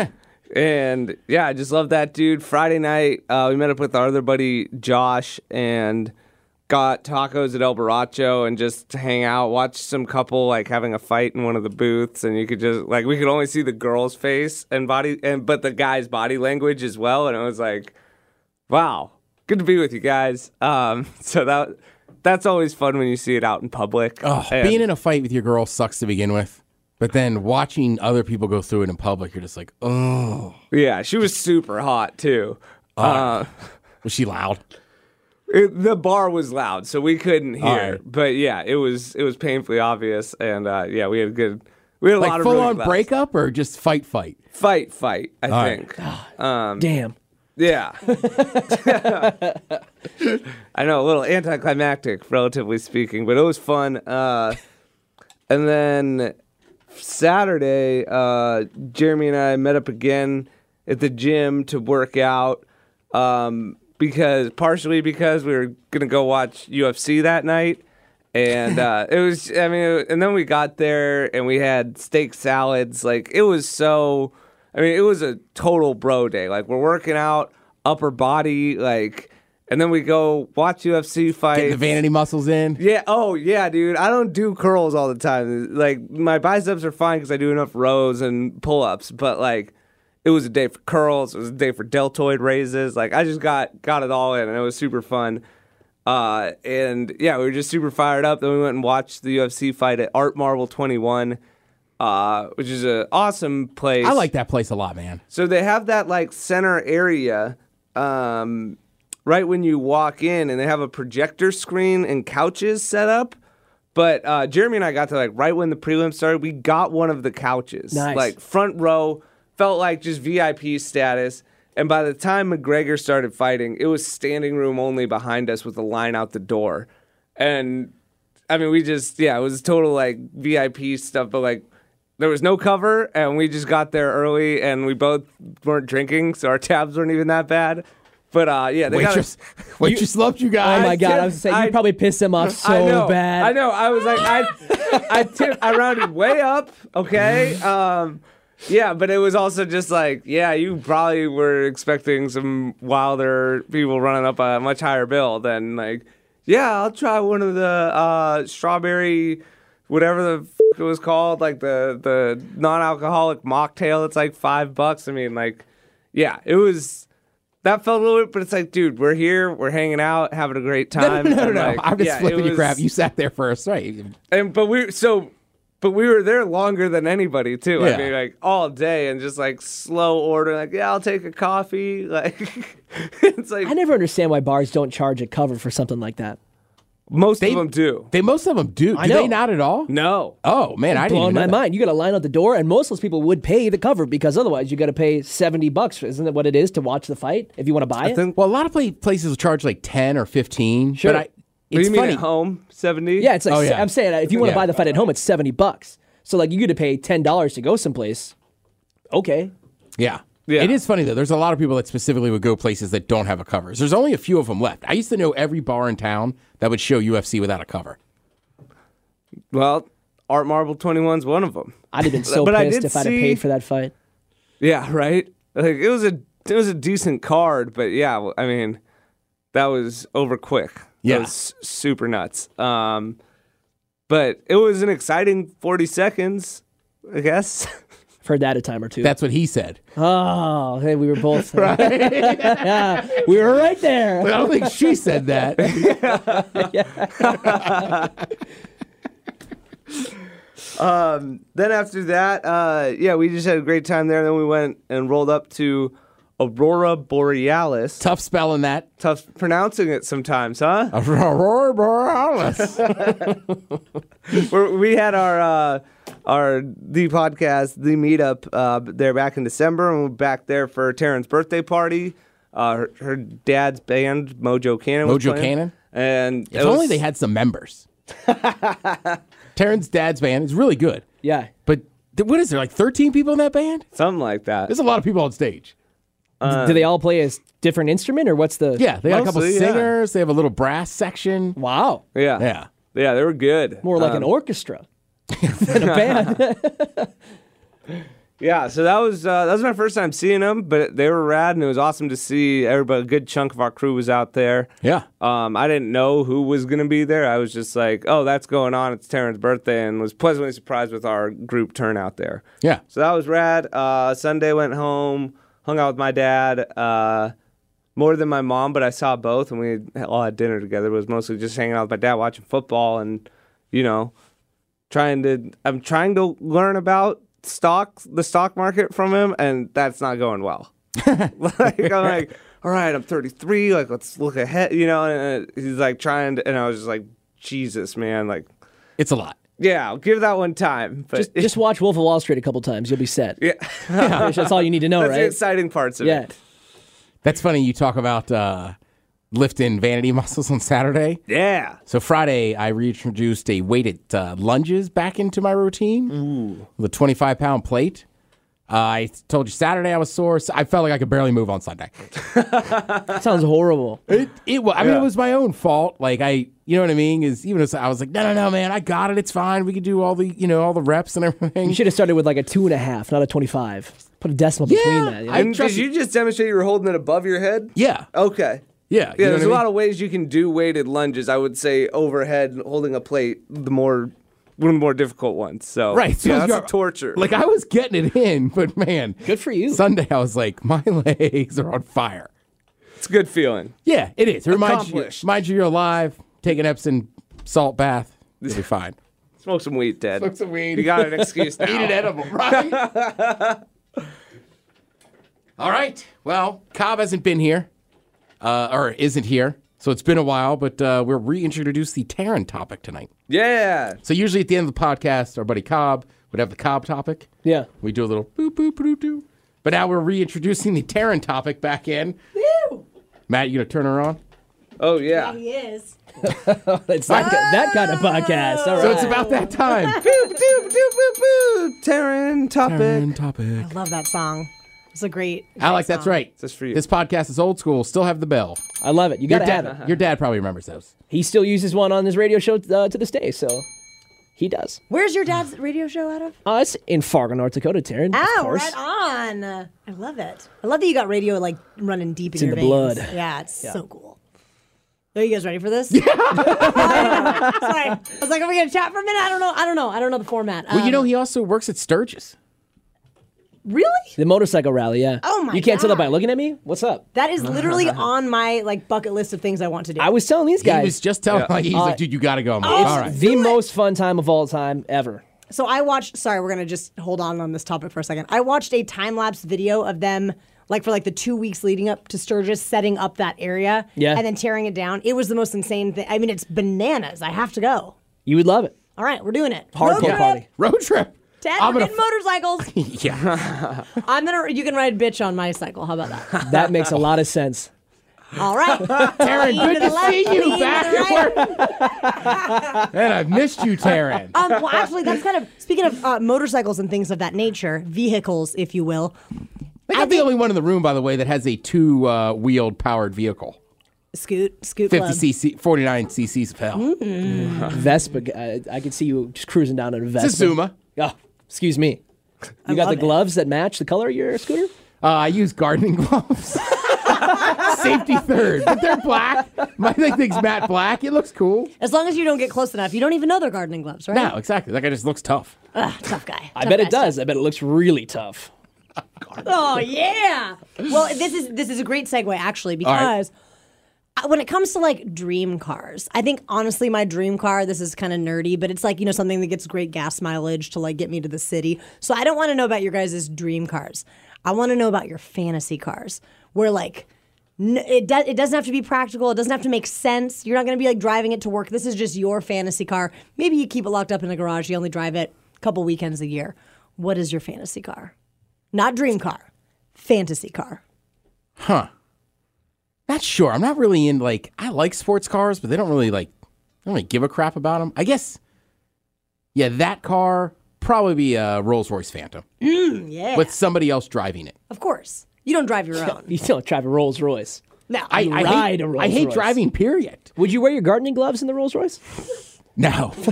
S3: and yeah, I just love that dude. Friday night, uh, we met up with our other buddy Josh and got tacos at El Baracho and just hang out, watch some couple like having a fight in one of the booths, and you could just like we could only see the girl's face and body, and but the guy's body language as well, and it was like. Wow. Good to be with you guys. Um, (laughs) so that that's always fun when you see it out in public.
S1: Oh,
S3: And-
S1: being in a fight with your girl sucks to begin with, but then watching other people go through it in public, you're just like, oh,
S3: yeah, she was super hot too. Uh,
S1: was she loud?
S3: it- the bar was loud, so we couldn't hear.
S1: Alright.
S3: But yeah, it was it was painfully obvious, and uh, yeah, we had a good we had a lot
S1: Like
S3: of
S1: full
S3: really
S1: on
S3: good laughs.
S1: breakup or just fight fight?
S3: fight fight. I
S1: Alright.
S3: think.
S2: Damn.
S3: Yeah. (laughs) I know, a little anticlimactic, relatively speaking, but it was fun. Uh, and then Saturday, uh, Jeremy and I met up again at the gym to work out um, because partially because we were going to go watch UFC that night. And uh, it was, I mean, and then we got there and we had steak salads. Like, it was so, I mean, it was a total bro day. Like, we're working out, upper body, like, and then we go watch UFC
S1: Getting the
S3: fight.
S1: vanity muscles in?
S3: (laughs) Yeah. Oh, yeah, dude. I don't do curls all the time. Like my biceps are fine because I do enough rows and pull ups. But like, it was a day for curls. It was a day for deltoid raises. Like I just got got it all in, and it was super fun. Uh, and yeah, we were just super fired up. Then we went and watched the UFC fight at Art Marble Twenty One, uh, which is an awesome place.
S1: I like that place a lot, man.
S3: So they have that like center area um, right when you walk in, and they have a projector screen and couches set up. But uh, Jeremy and I got there like right when the prelim started. We got one of the couches,
S2: Nice.
S3: like front row, felt like just VIP status. And by the time McGregor started fighting, it was standing room only behind us with a line out the door. And I mean, we just yeah, it was total like VIP stuff, but like there was no cover, and we just got there early, and we both weren't drinking, so our tabs weren't even that bad. But uh, yeah, they (laughs)
S1: Waitress,
S3: got.
S1: waitress loved you guys.
S2: Oh my God. I was saying, you
S3: I-
S2: probably pissed them off so
S3: (laughs) I know,
S2: bad.
S3: I know. I was
S2: (laughs)
S3: like, I, I tipped, I rounded way up. Okay. Um, yeah, but it was also just like, yeah, you probably were expecting some wilder people running up a much higher bill than like, yeah, I'll try one of the uh, strawberry, whatever the f- it was called, like the the non-alcoholic mocktail. It's like five bucks. I mean, like, yeah, it was. That felt a little bit, but it's like, dude, we're here, we're hanging out, having a great
S1: (laughs) No,
S3: time.
S1: no, no, no,
S3: and,
S1: no.
S3: like,
S1: I'm just
S3: yeah, it
S1: flipping you
S3: was-
S1: crap. You sat there first, right?
S3: and but we so but we were there longer than anybody too.
S1: Yeah.
S3: I mean, like all day and just like slow order. Like, yeah, I'll take a coffee. (laughs) Like, it's like
S2: I never understand why bars don't charge a cover for something like that.
S3: most of them do.
S1: They most of them do. do
S2: know.
S1: they not at all?
S3: No,
S1: Oh man, I didn't
S2: Blowing
S1: even
S2: my
S1: know that.
S2: mind. You got to line out the door, and most of those people would pay the cover because otherwise you got to pay seventy bucks. Isn't that what it is to watch the fight if you want to buy it?
S3: think-
S1: Well, a lot of pla- places will charge like ten or fifteen.
S2: Sure.
S1: But I,
S2: What
S3: what do
S1: it's
S3: you mean
S1: funny.
S3: at home seventy?
S2: yeah, it's like
S1: Oh, yeah.
S2: I'm saying uh, if you want to
S1: Yeah.
S2: buy the fight at home, it's seventy bucks. So like you got to pay ten dollars to go someplace. Okay,
S1: Yeah.
S3: Yeah.
S1: It is funny though. There's a lot of people that specifically would go places that don't have a cover. There's only a few of them left. I used to know every bar in town that would show UFC without a cover.
S3: Well, Art Marble Twenty One's one of them.
S1: (laughs)
S2: I'd have been so
S3: But I
S2: pissed
S3: did
S2: if I'd have
S3: see-
S2: paid for that fight.
S3: Yeah, (laughs) right. Like it was a it was a decent card, but yeah, well, I mean, that was over quick.
S1: Yeah.
S3: It was super nuts. Um, but it was an exciting 40 seconds, I guess. (laughs)
S2: I've heard that a time or two.
S1: That's what he said.
S2: oh, hey, we
S1: (laughs)
S2: were both. (laughs) we were right
S1: I
S2: there.
S1: don't think she said that.
S3: then after that, uh, yeah, we just had a great time there. Then we went and rolled up to Aurora Borealis.
S1: Tough spelling that.
S3: Tough pronouncing it sometimes, huh?
S1: Aurora Borealis.
S3: We're, we had our uh, our the podcast, the meetup uh, there back in December, and we were back there for Taryn's birthday party. Uh, her, her dad's band, Mojo Cannon. was
S1: Mojo
S3: playing.
S1: Cannon?
S3: and it
S1: If only
S3: was-
S1: they had some members. Taryn's dad's band is really good.
S2: Yeah.
S1: But th- what is there, like 13 people in that band?
S3: something like that.
S1: There's a lot of people on stage.
S2: Do they all play a s- different instrument or what's the?
S1: Um, Yeah, they got a couple
S3: Mostly, yeah.
S1: singers. They have a little brass section.
S2: Wow.
S3: Yeah,
S1: Yeah.
S3: yeah, they were good.
S2: More like an
S1: Um,
S2: orchestra (laughs) than a
S1: (laughs)
S2: band.
S3: Yeah, so that was uh, that was my first time seeing them, but they were rad, and it was awesome to see everybody. A good chunk of our crew was out there.
S1: Yeah.
S3: Um, I didn't know who was gonna be there. I was just like, "Oh, that's going on. It's Taryn's birthday," and was pleasantly surprised with our group turnout there.
S1: Yeah.
S3: So that was rad. Uh, Sunday went home, hung out with my dad uh, more than my mom, but I saw both, and we all had dinner together. It was mostly just hanging out with my dad, watching football, and you know, trying to. I'm trying to learn about stock, the stock market from him, and that's not
S2: (laughs)
S3: going well. like I'm like, all right, I'm 33. Like let's look ahead, you know. And uh, he's like trying to, and I was just like, Jesus, man, like.
S1: It's a lot.
S3: Yeah, I'll give that one time. But
S2: just, just watch Wolf of Wall Street a couple times. You'll be set.
S3: yeah,
S2: (laughs)
S3: that's
S2: That's all you need to know,
S3: the
S2: right?
S3: exciting parts of
S2: Yeah.
S3: it.
S1: That's funny. You talk about uh, lifting vanity (laughs) muscles on Saturday.
S3: Yeah.
S1: So Friday, I reintroduced a weighted uh, lunges back into my routine Ooh. with a 25 pound plate. Uh, I told you Saturday I was sore. So I felt like I could barely move on Sunday.
S2: That sounds horrible.
S1: It, it was. I mean,
S3: Yeah.
S1: it was my own fault. Like I, you know what I mean? Is even as I was like, no, no, no, man, I got it. It's fine. We can do all the, you know, all the reps and everything.
S2: You should have started with like a two and a half, not a twenty-five. Put a decimal between that. you know?
S1: I
S3: And did
S1: trust
S3: you just demonstrate you were holding it above your head?
S1: yeah,
S3: Okay.
S1: yeah,
S3: Yeah, there's a lot of ways you can do weighted lunges. I would say overhead holding a plate, the more one of the more difficult ones. So
S1: Right, so
S3: yeah,
S1: you're-
S3: that's torture.
S1: Like I was getting it in, but man,
S2: Good for you.
S1: Sunday, I was like, my (laughs) legs are on fire.
S3: it's a good feeling.
S1: Yeah, it is. It reminds you,
S3: Accomplished.
S1: reminds you you're alive. Take an Epsom salt bath. You'll be fine.
S3: Smoke some weed, Ted.
S1: Smoke some weed.
S3: You (laughs) got an excuse now.
S1: (laughs) Eat an edible, right? (laughs) All right. Well, Cobb hasn't been here, uh, or isn't here, so it's been a while. But uh, we'll reintroduce the Terran topic tonight.
S3: Yeah.
S1: So usually at the end of the podcast, our buddy Cobb would have the Cobb topic.
S2: yeah.
S1: We do a little boop boop boop doo. But now we're reintroducing the Terran topic back in. Matt, you gonna turn her on?
S3: Oh yeah.
S6: He is.
S2: It's that, that kind of podcast. All right.
S1: So it's about that
S3: (laughs)
S1: time.
S3: Boop, doop, doop, boop, boop. Terran topic.
S1: Terran topic.
S6: I love that song. It's a great.
S1: Alec, that's right.
S3: This is for you.
S1: This podcast is old school. Still have the bell.
S2: I love it. You
S1: Your
S2: got to have it.
S1: dad, your dad probably remembers those.
S2: He still uses one on his radio show uh, to this day, so he does.
S6: Where's your dad's radio show out of?
S2: Uh, it's in Fargo, North Dakota, Taryn. of
S6: Oh,
S2: course.
S6: right on. I love it. I love that you got radio like running deep
S2: in
S6: in your
S2: the
S6: veins.
S2: blood.
S6: Yeah, it's so cool. Are you guys ready for this? Yeah. (laughs) Sorry, I was like, are we gonna chat for a minute? I don't know. I don't know. I don't know the format.
S1: Well, you
S6: Um,
S1: know, he also works at Sturgis.
S6: really?
S2: The motorcycle rally, yeah.
S6: Oh my
S2: You can't tell that
S6: God.
S2: by looking at me? What's up?
S6: That is literally on my like bucket list of things I want to do.
S2: I was telling these guys.
S1: He was just telling, like, he's like, dude, you got to go. I'm like,
S6: Oh,
S1: all
S6: it's-
S1: right. (laughs)
S2: the most fun time of all time ever.
S6: So I watched. Sorry, we're gonna just hold on on this topic for a second. I watched a time lapse video of them, like for like the two weeks leading up to Sturgis, setting up that area,
S2: Yeah.
S6: and then tearing it down. It was the most insane thing. I mean, it's bananas. I have to go.
S2: You would love it.
S6: All right, we're doing it.
S2: Hardcore
S6: Road
S2: party.
S6: trip.
S1: Road trip.
S6: Ted,
S1: I'm
S6: we're
S1: gonna (laughs)
S6: getting motorcycles.
S1: f- yeah.
S6: I'm gonna. You can ride bitch on my cycle. How about
S2: (laughs)
S6: that?
S2: That makes a lot of sense.
S6: All right, Taryn.
S1: Good to see you back at work. and I've missed you, Taryn.
S6: Um, well, actually, that's kind of speaking of uh, motorcycles and things of that nature, vehicles, if you will.
S1: I think I'm the only one in the room, by the way, that has a two uh, wheeled powered vehicle.
S6: Scoot, scoot,
S1: 50
S6: club.
S1: cc, 49 cc's of hell.
S2: Vespa. I, I could see you just cruising down in a Vespa.
S1: It's a Zuma.
S2: Oh, excuse me. You got
S6: love
S2: the
S1: (laughs)
S6: it.
S2: gloves that match the color of your scooter?
S1: Uh, I use gardening gloves. safety third, but they're black. My thing thinks Matt Black. It looks cool.
S6: As long as you don't get close enough, you don't even know they're gardening gloves, right?
S1: No, exactly. That guy just looks tough.
S6: Ugh, tough guy.
S2: I bet it does. I bet it looks really tough. (laughs)
S6: Oh yeah. Well, this is this is a great segue actually
S1: right.
S6: because I- when it comes to like dream cars, I think honestly my dream car. This is kind of nerdy, but it's like you know something that gets great gas mileage to like get me to the city. So I don't want to know about your guys' dream cars. I want to know about your fantasy cars, where like. N- it, do- it doesn't have to be practical. It doesn't have to make sense. You're not going to be like driving it to work. This is just your fantasy car. Maybe you keep it locked up in a garage. You only drive it a couple weekends a year. What is your fantasy car? Not dream car, fantasy car.
S1: Not sure. I'm not really in like I like sports cars, but they don't really like. I don't really give a crap about them. I guess. Yeah, that car probably be a Rolls Royce Phantom
S2: Mm,
S6: Yeah.
S1: with somebody else driving it.
S6: of course. You don't drive your own.
S2: You don't drive a Rolls Royce.
S6: No.
S1: I,
S6: you
S1: I
S2: ride
S1: hate,
S2: a
S1: I
S2: Rolls
S1: hate
S2: Royce.
S1: driving. Period.
S2: Would you wear your gardening gloves in the Rolls Royce?
S1: No, (laughs)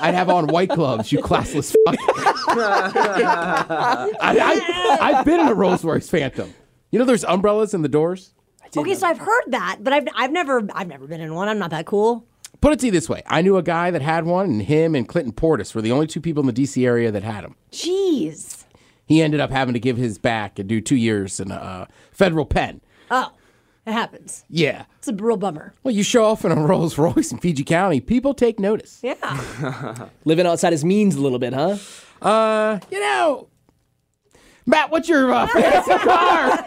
S1: I'd have on white gloves. You classless. Fuck. (laughs) I, I, I've been in a Rolls Royce Phantom. You know, there's umbrellas in the doors.
S6: okay, so I've heard that, but I've, I've never I've never been in one. I'm not that cool.
S1: Put it to you this way: I knew a guy that had one, and him and Clinton Portis were the only two people in the D.C. area that had them.
S6: Jeez.
S1: He ended up having to give his back and do two years in a uh, federal pen.
S6: Oh, it happens.
S1: Yeah.
S6: It's a real bummer.
S1: Well, you show off in a Rolls Royce in Fiji County, people take notice.
S6: Yeah.
S2: Living outside his means a little bit, huh?
S1: You know, Matt, what's your uh, fantasy car?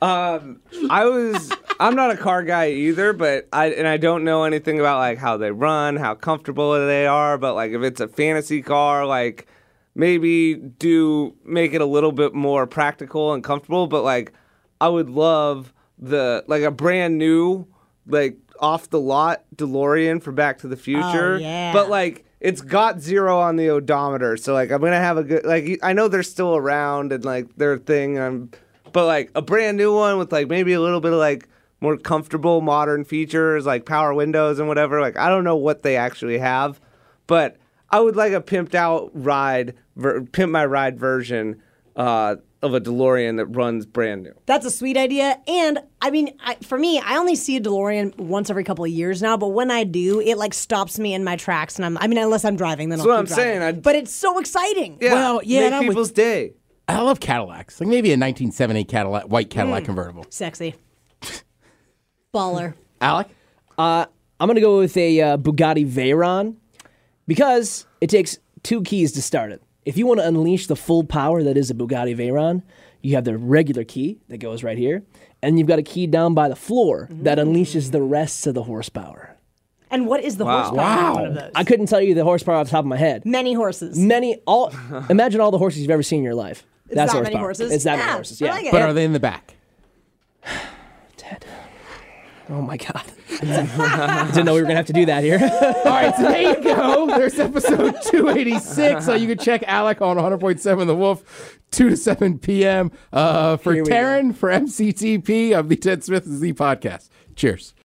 S3: I was I'm not a car guy either, but I and I don't know anything about like how they run, how comfortable they are, but like if it's a fantasy car, like maybe do make it a little bit more practical and comfortable, but like I would love the like a brand new like off the lot DeLorean for Back to the Future.
S6: yeah.
S3: But like it's got zero on the odometer, so like I'm gonna have a good like I know they're still around and like their thing. I'm, but like a brand new one with like maybe a little bit of like more comfortable modern features like power windows and whatever. Like I don't know what they actually have, but I would like a pimped out ride, ver- pimp my ride version uh, of a DeLorean that runs brand new.
S6: (laughs) That's a sweet idea. And I mean, I, for me, I only see a DeLorean once every couple of years now, but when I do, it like stops me in my tracks. And I'm, I mean, unless I'm driving, then That's I'll
S3: what
S6: keep
S3: I'm
S6: driving.
S3: saying. I-
S6: but it's so exciting.
S3: Yeah,
S1: Well, yeah, and
S3: make
S1: I'm with-
S3: people's day.
S1: (laughs) I love Cadillacs. Like maybe a 1978 Cadillac, white Cadillac convertible.
S6: Sexy. (laughs) Baller.
S1: Alec?
S2: I'm gonna go with a uh, Bugatti Veyron because it takes two keys to start it. If you want to unleash the full power that is a Bugatti Veyron, you have the regular key that goes right here, and you've got a key down by the floor
S6: Mm.
S2: that unleashes the rest of the horsepower.
S6: And what is the horsepower
S1: Wow.
S6: on one of those?
S2: I couldn't tell you the horsepower off the top of my head.
S6: Many horses.
S2: Many
S6: (laughs)
S2: all imagine all the horses you've ever seen in your life. That's
S6: that many
S2: horsepower.
S6: horses?
S2: It's that
S6: Yeah,
S2: many horses.
S6: I
S2: Yeah.
S6: like it.
S1: But are they in the back?
S2: Oh my
S6: (laughs)
S2: god. Didn't know we were gonna have to do that here. (laughs)
S1: All right, so there you go. (laughs) There's episode 286. So you can check Alec on 100.7 The Wolf, 2 to 7 p.m. Uh, for
S2: Here we go.
S1: Taryn, for MCTP of the Ted Smith and Z podcast. Cheers.